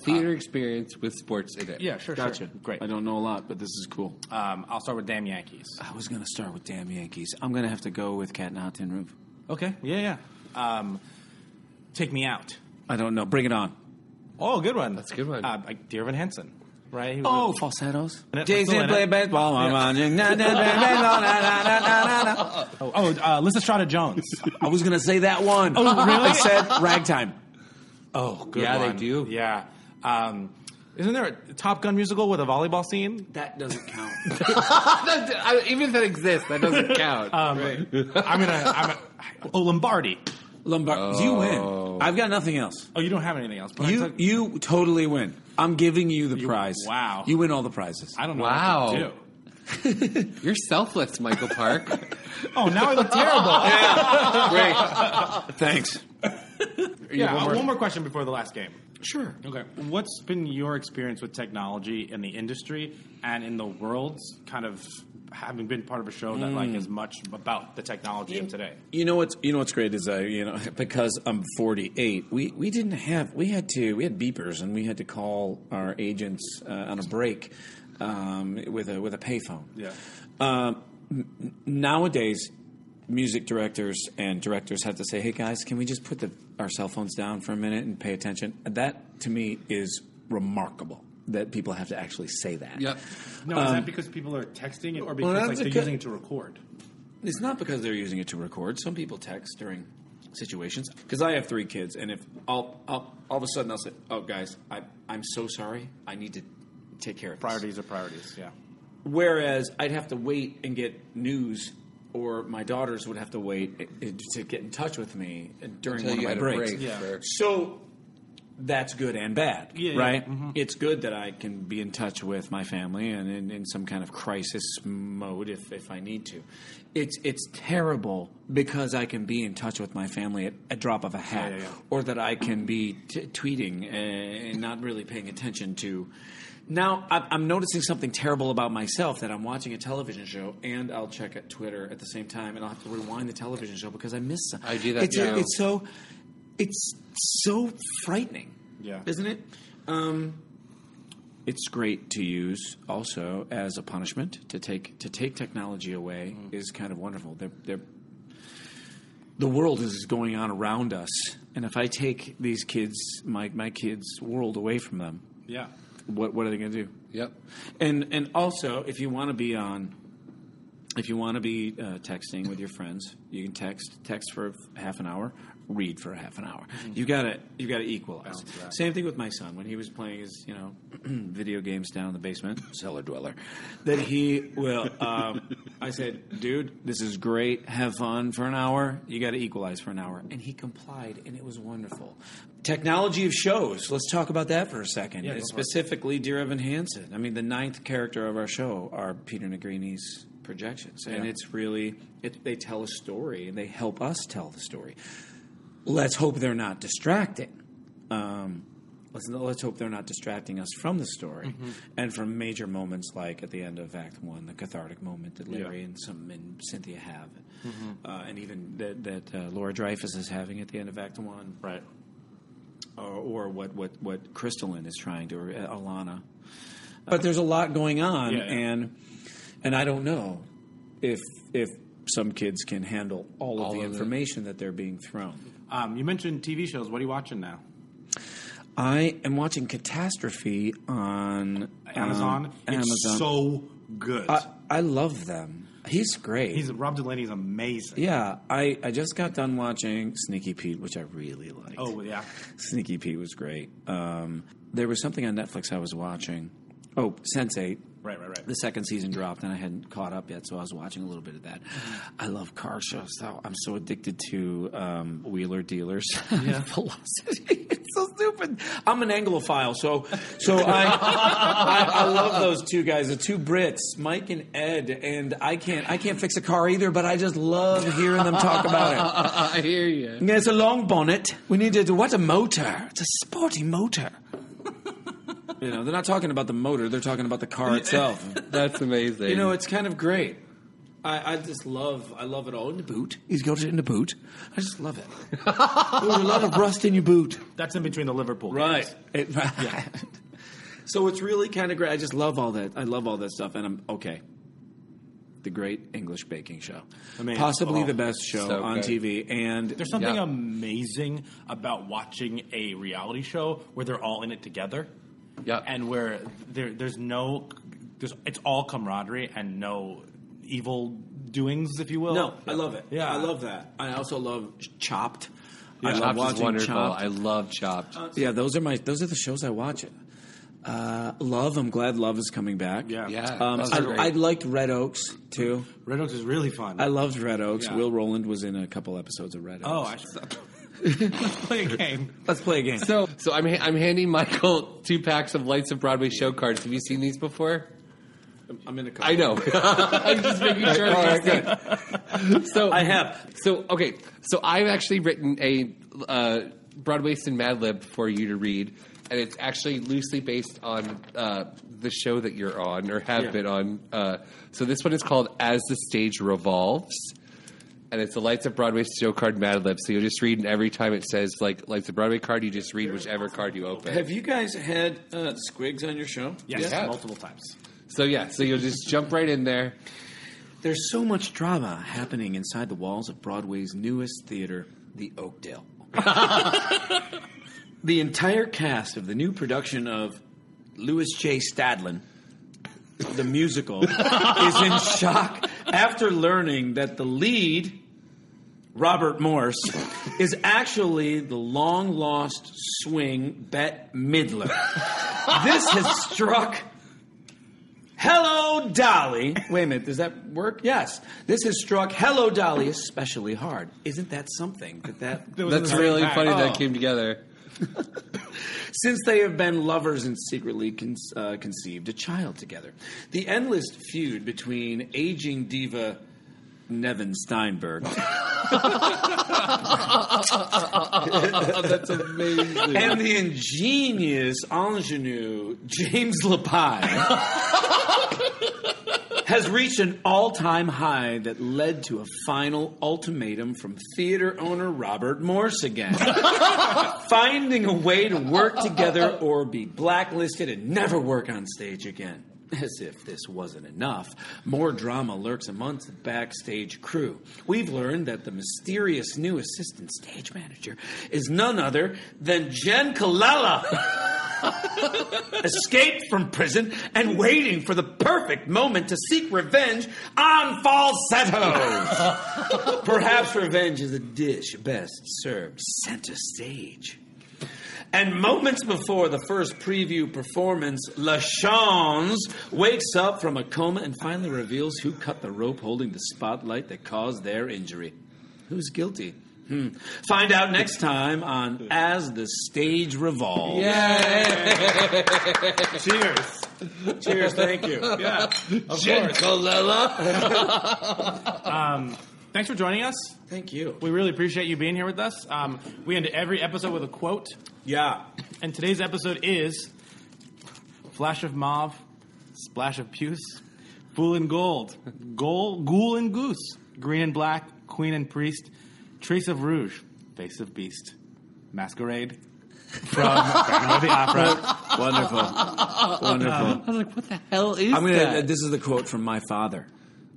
Speaker 7: Uh,
Speaker 5: Theater experience with sports in it.
Speaker 3: Yeah. Sure.
Speaker 7: Gotcha.
Speaker 3: Sure. Great.
Speaker 7: I don't know a lot, but this is cool.
Speaker 3: Um, I'll start with Damn Yankees.
Speaker 7: I was gonna start with Damn Yankees. I'm gonna have to go with Cat in a Hot Tin Roof. Oh,
Speaker 3: Okay. Yeah. Yeah. Um, take me out.
Speaker 7: I don't know. Bring it on.
Speaker 3: Oh, good one.
Speaker 5: That's a good one.
Speaker 3: Uh, like Dear Evan Hansen, right? He was
Speaker 7: Oh,
Speaker 3: a-
Speaker 7: falsettos.
Speaker 3: That's
Speaker 7: Jason
Speaker 3: still in
Speaker 7: play
Speaker 3: it.
Speaker 7: baseball. I'm on- na- na- na- na- na- na- na- na- na.
Speaker 3: oh, oh uh, Liz Estrada Jones.
Speaker 7: I was gonna say that one.
Speaker 3: Oh, really?
Speaker 7: I said ragtime.
Speaker 3: oh, good
Speaker 5: Yeah, they
Speaker 3: one.
Speaker 5: do.
Speaker 3: Yeah. Um, isn't there a Top Gun musical with a volleyball scene?
Speaker 7: That doesn't count.
Speaker 5: I- even if that exists, that doesn't count.
Speaker 3: Um, I'm gonna. I'm a, oh, Lombardi.
Speaker 7: Lombard, you win. I've got nothing else.
Speaker 3: Oh, you don't have anything else. But I
Speaker 7: You
Speaker 3: took-
Speaker 7: you totally win. I'm giving you the prize.
Speaker 3: wow.
Speaker 7: You win all the prizes.
Speaker 3: I don't know.
Speaker 5: Wow.
Speaker 3: What to do.
Speaker 5: You're selfless, Michael Park.
Speaker 3: Oh, now I look terrible.
Speaker 7: Thanks.
Speaker 3: yeah. uh, One more question before the last game.
Speaker 7: Sure.
Speaker 3: Okay. What's been your experience with technology in the industry and in the world? Kind of having been part of a show that like
Speaker 7: Mm.
Speaker 3: is much about the technology of today.
Speaker 7: You know what's you know what's great is I you know because I'm 48. We we didn't have we had to we had beepers and we had to call our agents uh, on a break um, with a with a payphone.
Speaker 3: Yeah.
Speaker 7: Um, n- n- nowadays, music directors and directors have to say, "Hey guys, can we just put the, our cell phones down for a minute and pay attention?" That to me is remarkable that people have to actually say that.
Speaker 3: Yep. No, is
Speaker 7: Um,
Speaker 3: that because people are texting it or
Speaker 7: well,
Speaker 3: because like
Speaker 7: that's
Speaker 3: they're
Speaker 7: a good-
Speaker 3: using it to record?
Speaker 7: It's not because they're using it to record. Some people text during situations. Because I have three kids, and if I'll, I'll all of a sudden I'll say, "Oh, guys, I, I'm so sorry. I need to take care of priorities."
Speaker 3: Are priorities? Yeah.
Speaker 7: Whereas I'd have to wait and get news, or my daughters would have to wait i- i- to get in touch with me eh, during
Speaker 5: Until
Speaker 7: one of
Speaker 5: you
Speaker 7: my
Speaker 5: had a
Speaker 7: breaks.
Speaker 5: break, Yeah. sure.
Speaker 7: So that's good and bad,
Speaker 5: Yeah, yeah,
Speaker 7: right?
Speaker 5: mhm.
Speaker 7: It's good that I can be in touch with my family and in, in some kind of crisis mode if, if I need to. It's it's terrible because I can be in touch with my family at a drop of a hat,
Speaker 3: Yeah, yeah, yeah.
Speaker 7: or that I can be t- tweeting and not really paying attention to. Now I- I'm noticing something terrible about myself that I'm watching a television show and I'll check at Twitter at the same time, and I'll have to rewind the television show because I miss. Some.
Speaker 5: I do that
Speaker 7: It's,
Speaker 5: too.
Speaker 7: it's so it's so frightening,
Speaker 3: Yeah.
Speaker 7: isn't it? Um, it's great to use also as a punishment to take to take technology away is kind of wonderful. They're, they're, the world is going on around us, and if I take these kids, my my kids' world away from them,
Speaker 3: Yeah.
Speaker 7: what what are they going to do?
Speaker 5: Yep.
Speaker 7: And and also, if you want to be on, if you want to be uh, texting with your friends, you can text text for half an hour, read for half an hour.
Speaker 3: Mm-hmm.
Speaker 7: You gotta you gotta equalize.
Speaker 3: Balance it out.
Speaker 7: Same thing with my son when he was playing his you know video games down in the basement cellar dweller. That he will. Um, I said, dude, this is great. Have fun for an hour. You got to equalize for an hour, and he complied, and it was wonderful. Technology of shows. Let's talk about that for a second.
Speaker 3: Yeah, go
Speaker 7: And
Speaker 3: for it.
Speaker 7: specifically, Dear Evan Hansen. I mean, the ninth character of our show are Peter Negrini's projections, and
Speaker 3: Yeah.
Speaker 7: it's really it, they tell a story and they help us tell the story. Let's hope they're not distracting. Um, let's let's hope they're not distracting us from the story
Speaker 3: Mhm.
Speaker 7: and from major moments like at the end of Act One, the cathartic moment that
Speaker 3: Yeah.
Speaker 7: Larry and some and Cynthia have, uh, and even that, that uh, Laura Dreyfus is having at the end of Act One,
Speaker 3: right?
Speaker 7: Or, or what what what Crystalline is trying to, or uh, Alana. But there's a lot going on,
Speaker 3: Yeah, yeah.
Speaker 7: and and I don't know if if some kids can handle all, of
Speaker 3: All
Speaker 7: the
Speaker 3: of it.
Speaker 7: information that they're being thrown.
Speaker 3: Um, you mentioned TV shows. What are you watching now?
Speaker 7: I am watching Catastrophe on
Speaker 3: Amazon.
Speaker 7: um,
Speaker 3: It's
Speaker 7: Amazon.
Speaker 3: so good.
Speaker 7: I, I love them. He's great.
Speaker 3: He's Rob Delaney's amazing.
Speaker 7: yeah, I, I just got done watching Sneaky Pete, which I really liked.
Speaker 3: Oh yeah.
Speaker 7: Sneaky Pete was great. Um, there was something on Netflix I was watching. Oh, Sense8.
Speaker 3: Right, right, right.
Speaker 7: The second season dropped, and I hadn't caught up yet, so I was watching a little bit of that. I love car shows, though. I'm so addicted to um, Wheeler Dealers. Yeah. Velocity. It's so stupid. I'm an Anglophile, so so I, I I love those two guys, the two Brits, Mike and Ed, and I can't I can't fix a car either, but I just love hearing them talk about it.
Speaker 5: I hear you.
Speaker 7: Yeah, it's a long bonnet. We need to do what a motor. It's a sporty motor. you know, they're not talking about the motor; they're talking about the car itself.
Speaker 5: That's amazing.
Speaker 7: you know, it's kind of great. I, I just love I love it all in the boot. He's got it in the boot. I just love it. Ooh, a lot of rust in your boot.
Speaker 3: That's in between the Liverpool.
Speaker 7: Right. It- so it's really kind of great. I just love all that. I love all that stuff, and I'm okay. The Great English Baking Show,
Speaker 3: Amazing.
Speaker 7: possibly
Speaker 3: Oh,
Speaker 7: the best show
Speaker 3: so
Speaker 7: on
Speaker 3: good.
Speaker 7: TV, and
Speaker 3: There's something
Speaker 7: Yeah.
Speaker 3: amazing about watching a reality show where they're all in it together.
Speaker 5: Yeah.
Speaker 3: And where there, there's no, there's, it's all camaraderie and no evil doings, if you will.
Speaker 7: No, I love it.
Speaker 3: Yeah.
Speaker 7: I love that. I also love Chopped.
Speaker 5: Yeah,
Speaker 7: I love
Speaker 5: Chopped
Speaker 7: watching
Speaker 5: is wonderful.
Speaker 7: Chopped.
Speaker 5: I love Chopped.
Speaker 7: yeah, those are my those are the shows I watch. It. Uh, love. I'm glad Love is coming back.
Speaker 3: Yeah. Yeah,
Speaker 7: Um,
Speaker 3: those are great.
Speaker 7: I, I liked Red Oaks too.
Speaker 3: Red Oaks is really fun.
Speaker 7: I loved Red Oaks.
Speaker 3: Yeah.
Speaker 7: Will Roland was in a couple episodes of Red Oaks.
Speaker 3: Oh, I should Let's play a game.
Speaker 7: Let's play a game.
Speaker 5: So, so I'm ha- I'm handing Michael two packs of Lights of Broadway show cards. Have you seen these before?
Speaker 7: I'm in a couple.
Speaker 5: I know. I'm just making sure.
Speaker 7: All right,
Speaker 5: So I
Speaker 7: have.
Speaker 5: So okay. So I've actually written a uh, Broadway and Mad Lib for you to read, and it's actually loosely based on uh, the show that you're on or have
Speaker 4: Yeah.
Speaker 5: been on. Uh, so this one is called As the Stage Revolves. And it's the Lights of Broadway show card Mad Libs. So you'll just read, and every time it says like Lights of Broadway card, you just read whichever card you open.
Speaker 7: Have you guys had uh, Squigs on your show?
Speaker 5: Yes, multiple
Speaker 7: times.
Speaker 5: So yeah, so you'll just jump right in there.
Speaker 7: There's so much drama happening inside the walls of Broadway's newest theater, the Oakdale. the entire cast of the new production of Louis J. Stadlin, the musical, is in shock after learning that the lead, Robert Morse, is actually the long lost swing Bette Midler. this has struck Hello Dolly. Wait a minute, does that work? Yes. This has struck Hello Dolly especially hard. Isn't that something that that
Speaker 5: That's really funny that came together.
Speaker 7: Since they have been lovers and secretly con- uh, conceived a child together, the endless feud between aging diva Nevin Steinberg
Speaker 4: That's amazing.
Speaker 7: and the ingenious ingenue James Lapine has reached an all-time high that led to a final ultimatum from theater owner Robert Morse again. Finding a way to work together or be blacklisted and never work on stage again. As if this wasn't enough, more drama lurks amongst the backstage crew. We've learned that the mysterious new assistant stage manager is none other than Jen Kalala. escaped from prison and waiting for the perfect moment to seek revenge on falsettos. Perhaps revenge is a dish best served center stage. And moments before the first preview performance, LaChance wakes up from a coma and finally reveals who cut the rope holding the spotlight that caused their injury. Who's guilty? Hmm. Find out next time on As the Stage Revolves. Cheers. Cheers. Thank you.
Speaker 3: Yeah. Of
Speaker 7: Jen
Speaker 3: course. um, thanks for joining us.
Speaker 7: Thank you.
Speaker 3: We really appreciate you being here with us. Um, we end every episode with a quote.
Speaker 7: Yeah.
Speaker 3: And today's episode is Flash of Mauve, Splash of Puce, Fool and Gold, Goal, Ghoul and Goose, Green and Black, Queen and Priest, Trace of Rouge, Face of Beast, Masquerade. From Phantom of the Opera.
Speaker 7: Wonderful. Wonderful.
Speaker 3: Um,
Speaker 7: I was like, what the hell
Speaker 3: is
Speaker 7: I'm gonna,
Speaker 3: that?
Speaker 7: This is the quote from my father.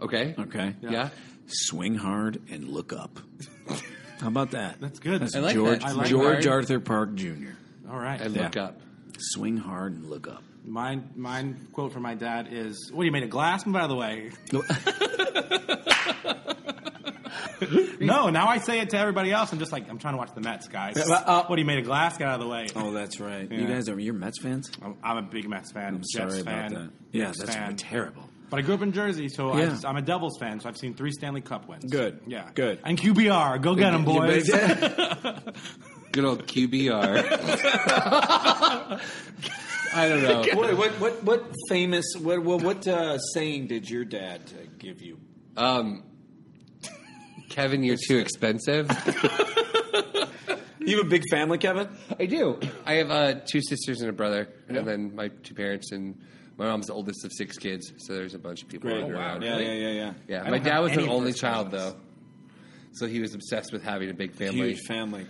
Speaker 5: Okay.
Speaker 7: Okay.
Speaker 5: Yeah. Yeah.
Speaker 7: Swing hard and look up. How about that? That's
Speaker 3: good.
Speaker 7: That's
Speaker 3: I like
Speaker 7: George,
Speaker 3: that. I like
Speaker 7: George
Speaker 3: that.
Speaker 7: Arthur Park Jr.
Speaker 3: All right.
Speaker 7: And look up. Swing hard and look up.
Speaker 3: Mine, mine quote from my dad is, "What are you made of glass?" By the way, no. Now I say it to everybody else. I'm just like, I'm trying to watch the Mets, guys.
Speaker 7: Yeah, well, uh,
Speaker 3: what are you made of glass? Get out of the way.
Speaker 7: Oh, that's right. You guys are you're Mets fans.
Speaker 3: I'm, I'm a big Mets fan.
Speaker 7: I'm
Speaker 3: Jets
Speaker 7: sorry about
Speaker 3: fan.
Speaker 7: that. Yeah,
Speaker 3: Knicks
Speaker 7: that's
Speaker 3: fan.
Speaker 7: terrible.
Speaker 3: But I grew up in Jersey, so
Speaker 7: Yeah.
Speaker 3: I just, I'm a Devils fan. So I've seen three Stanley Cup wins.
Speaker 7: Good.
Speaker 3: Yeah.
Speaker 7: Good.
Speaker 3: And QBR, go get them, boys.
Speaker 5: Good old QBR. I don't know.
Speaker 7: what, what, what, what famous, what, what, what uh, saying did your dad uh, give you?
Speaker 5: Um, Kevin, you're too expensive.
Speaker 7: you have a big family, Kevin.
Speaker 5: I do. I have uh, two sisters and a brother, and then my two parents and. My mom's the oldest of six kids, so there's a bunch of people
Speaker 7: Great.
Speaker 5: running
Speaker 7: Oh, wow.
Speaker 5: around.
Speaker 7: Yeah, yeah, yeah, yeah. I
Speaker 5: Yeah,
Speaker 7: don't
Speaker 5: my dad
Speaker 7: have
Speaker 5: was
Speaker 7: any
Speaker 5: an
Speaker 7: of
Speaker 5: only
Speaker 7: those
Speaker 5: child though, so he was obsessed with having a big family.
Speaker 7: Huge family.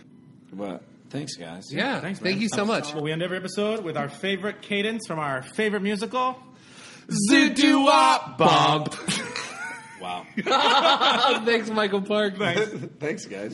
Speaker 7: What? Thanks, guys.
Speaker 5: Yeah,
Speaker 3: Thanks,
Speaker 5: thank
Speaker 3: man.
Speaker 5: you so much.
Speaker 3: Well, we end every episode with our favorite cadence from our favorite musical.
Speaker 5: Zoot-doo-wop bomb.
Speaker 7: Wow.
Speaker 5: Thanks, Michael Park.
Speaker 7: Thanks, guys.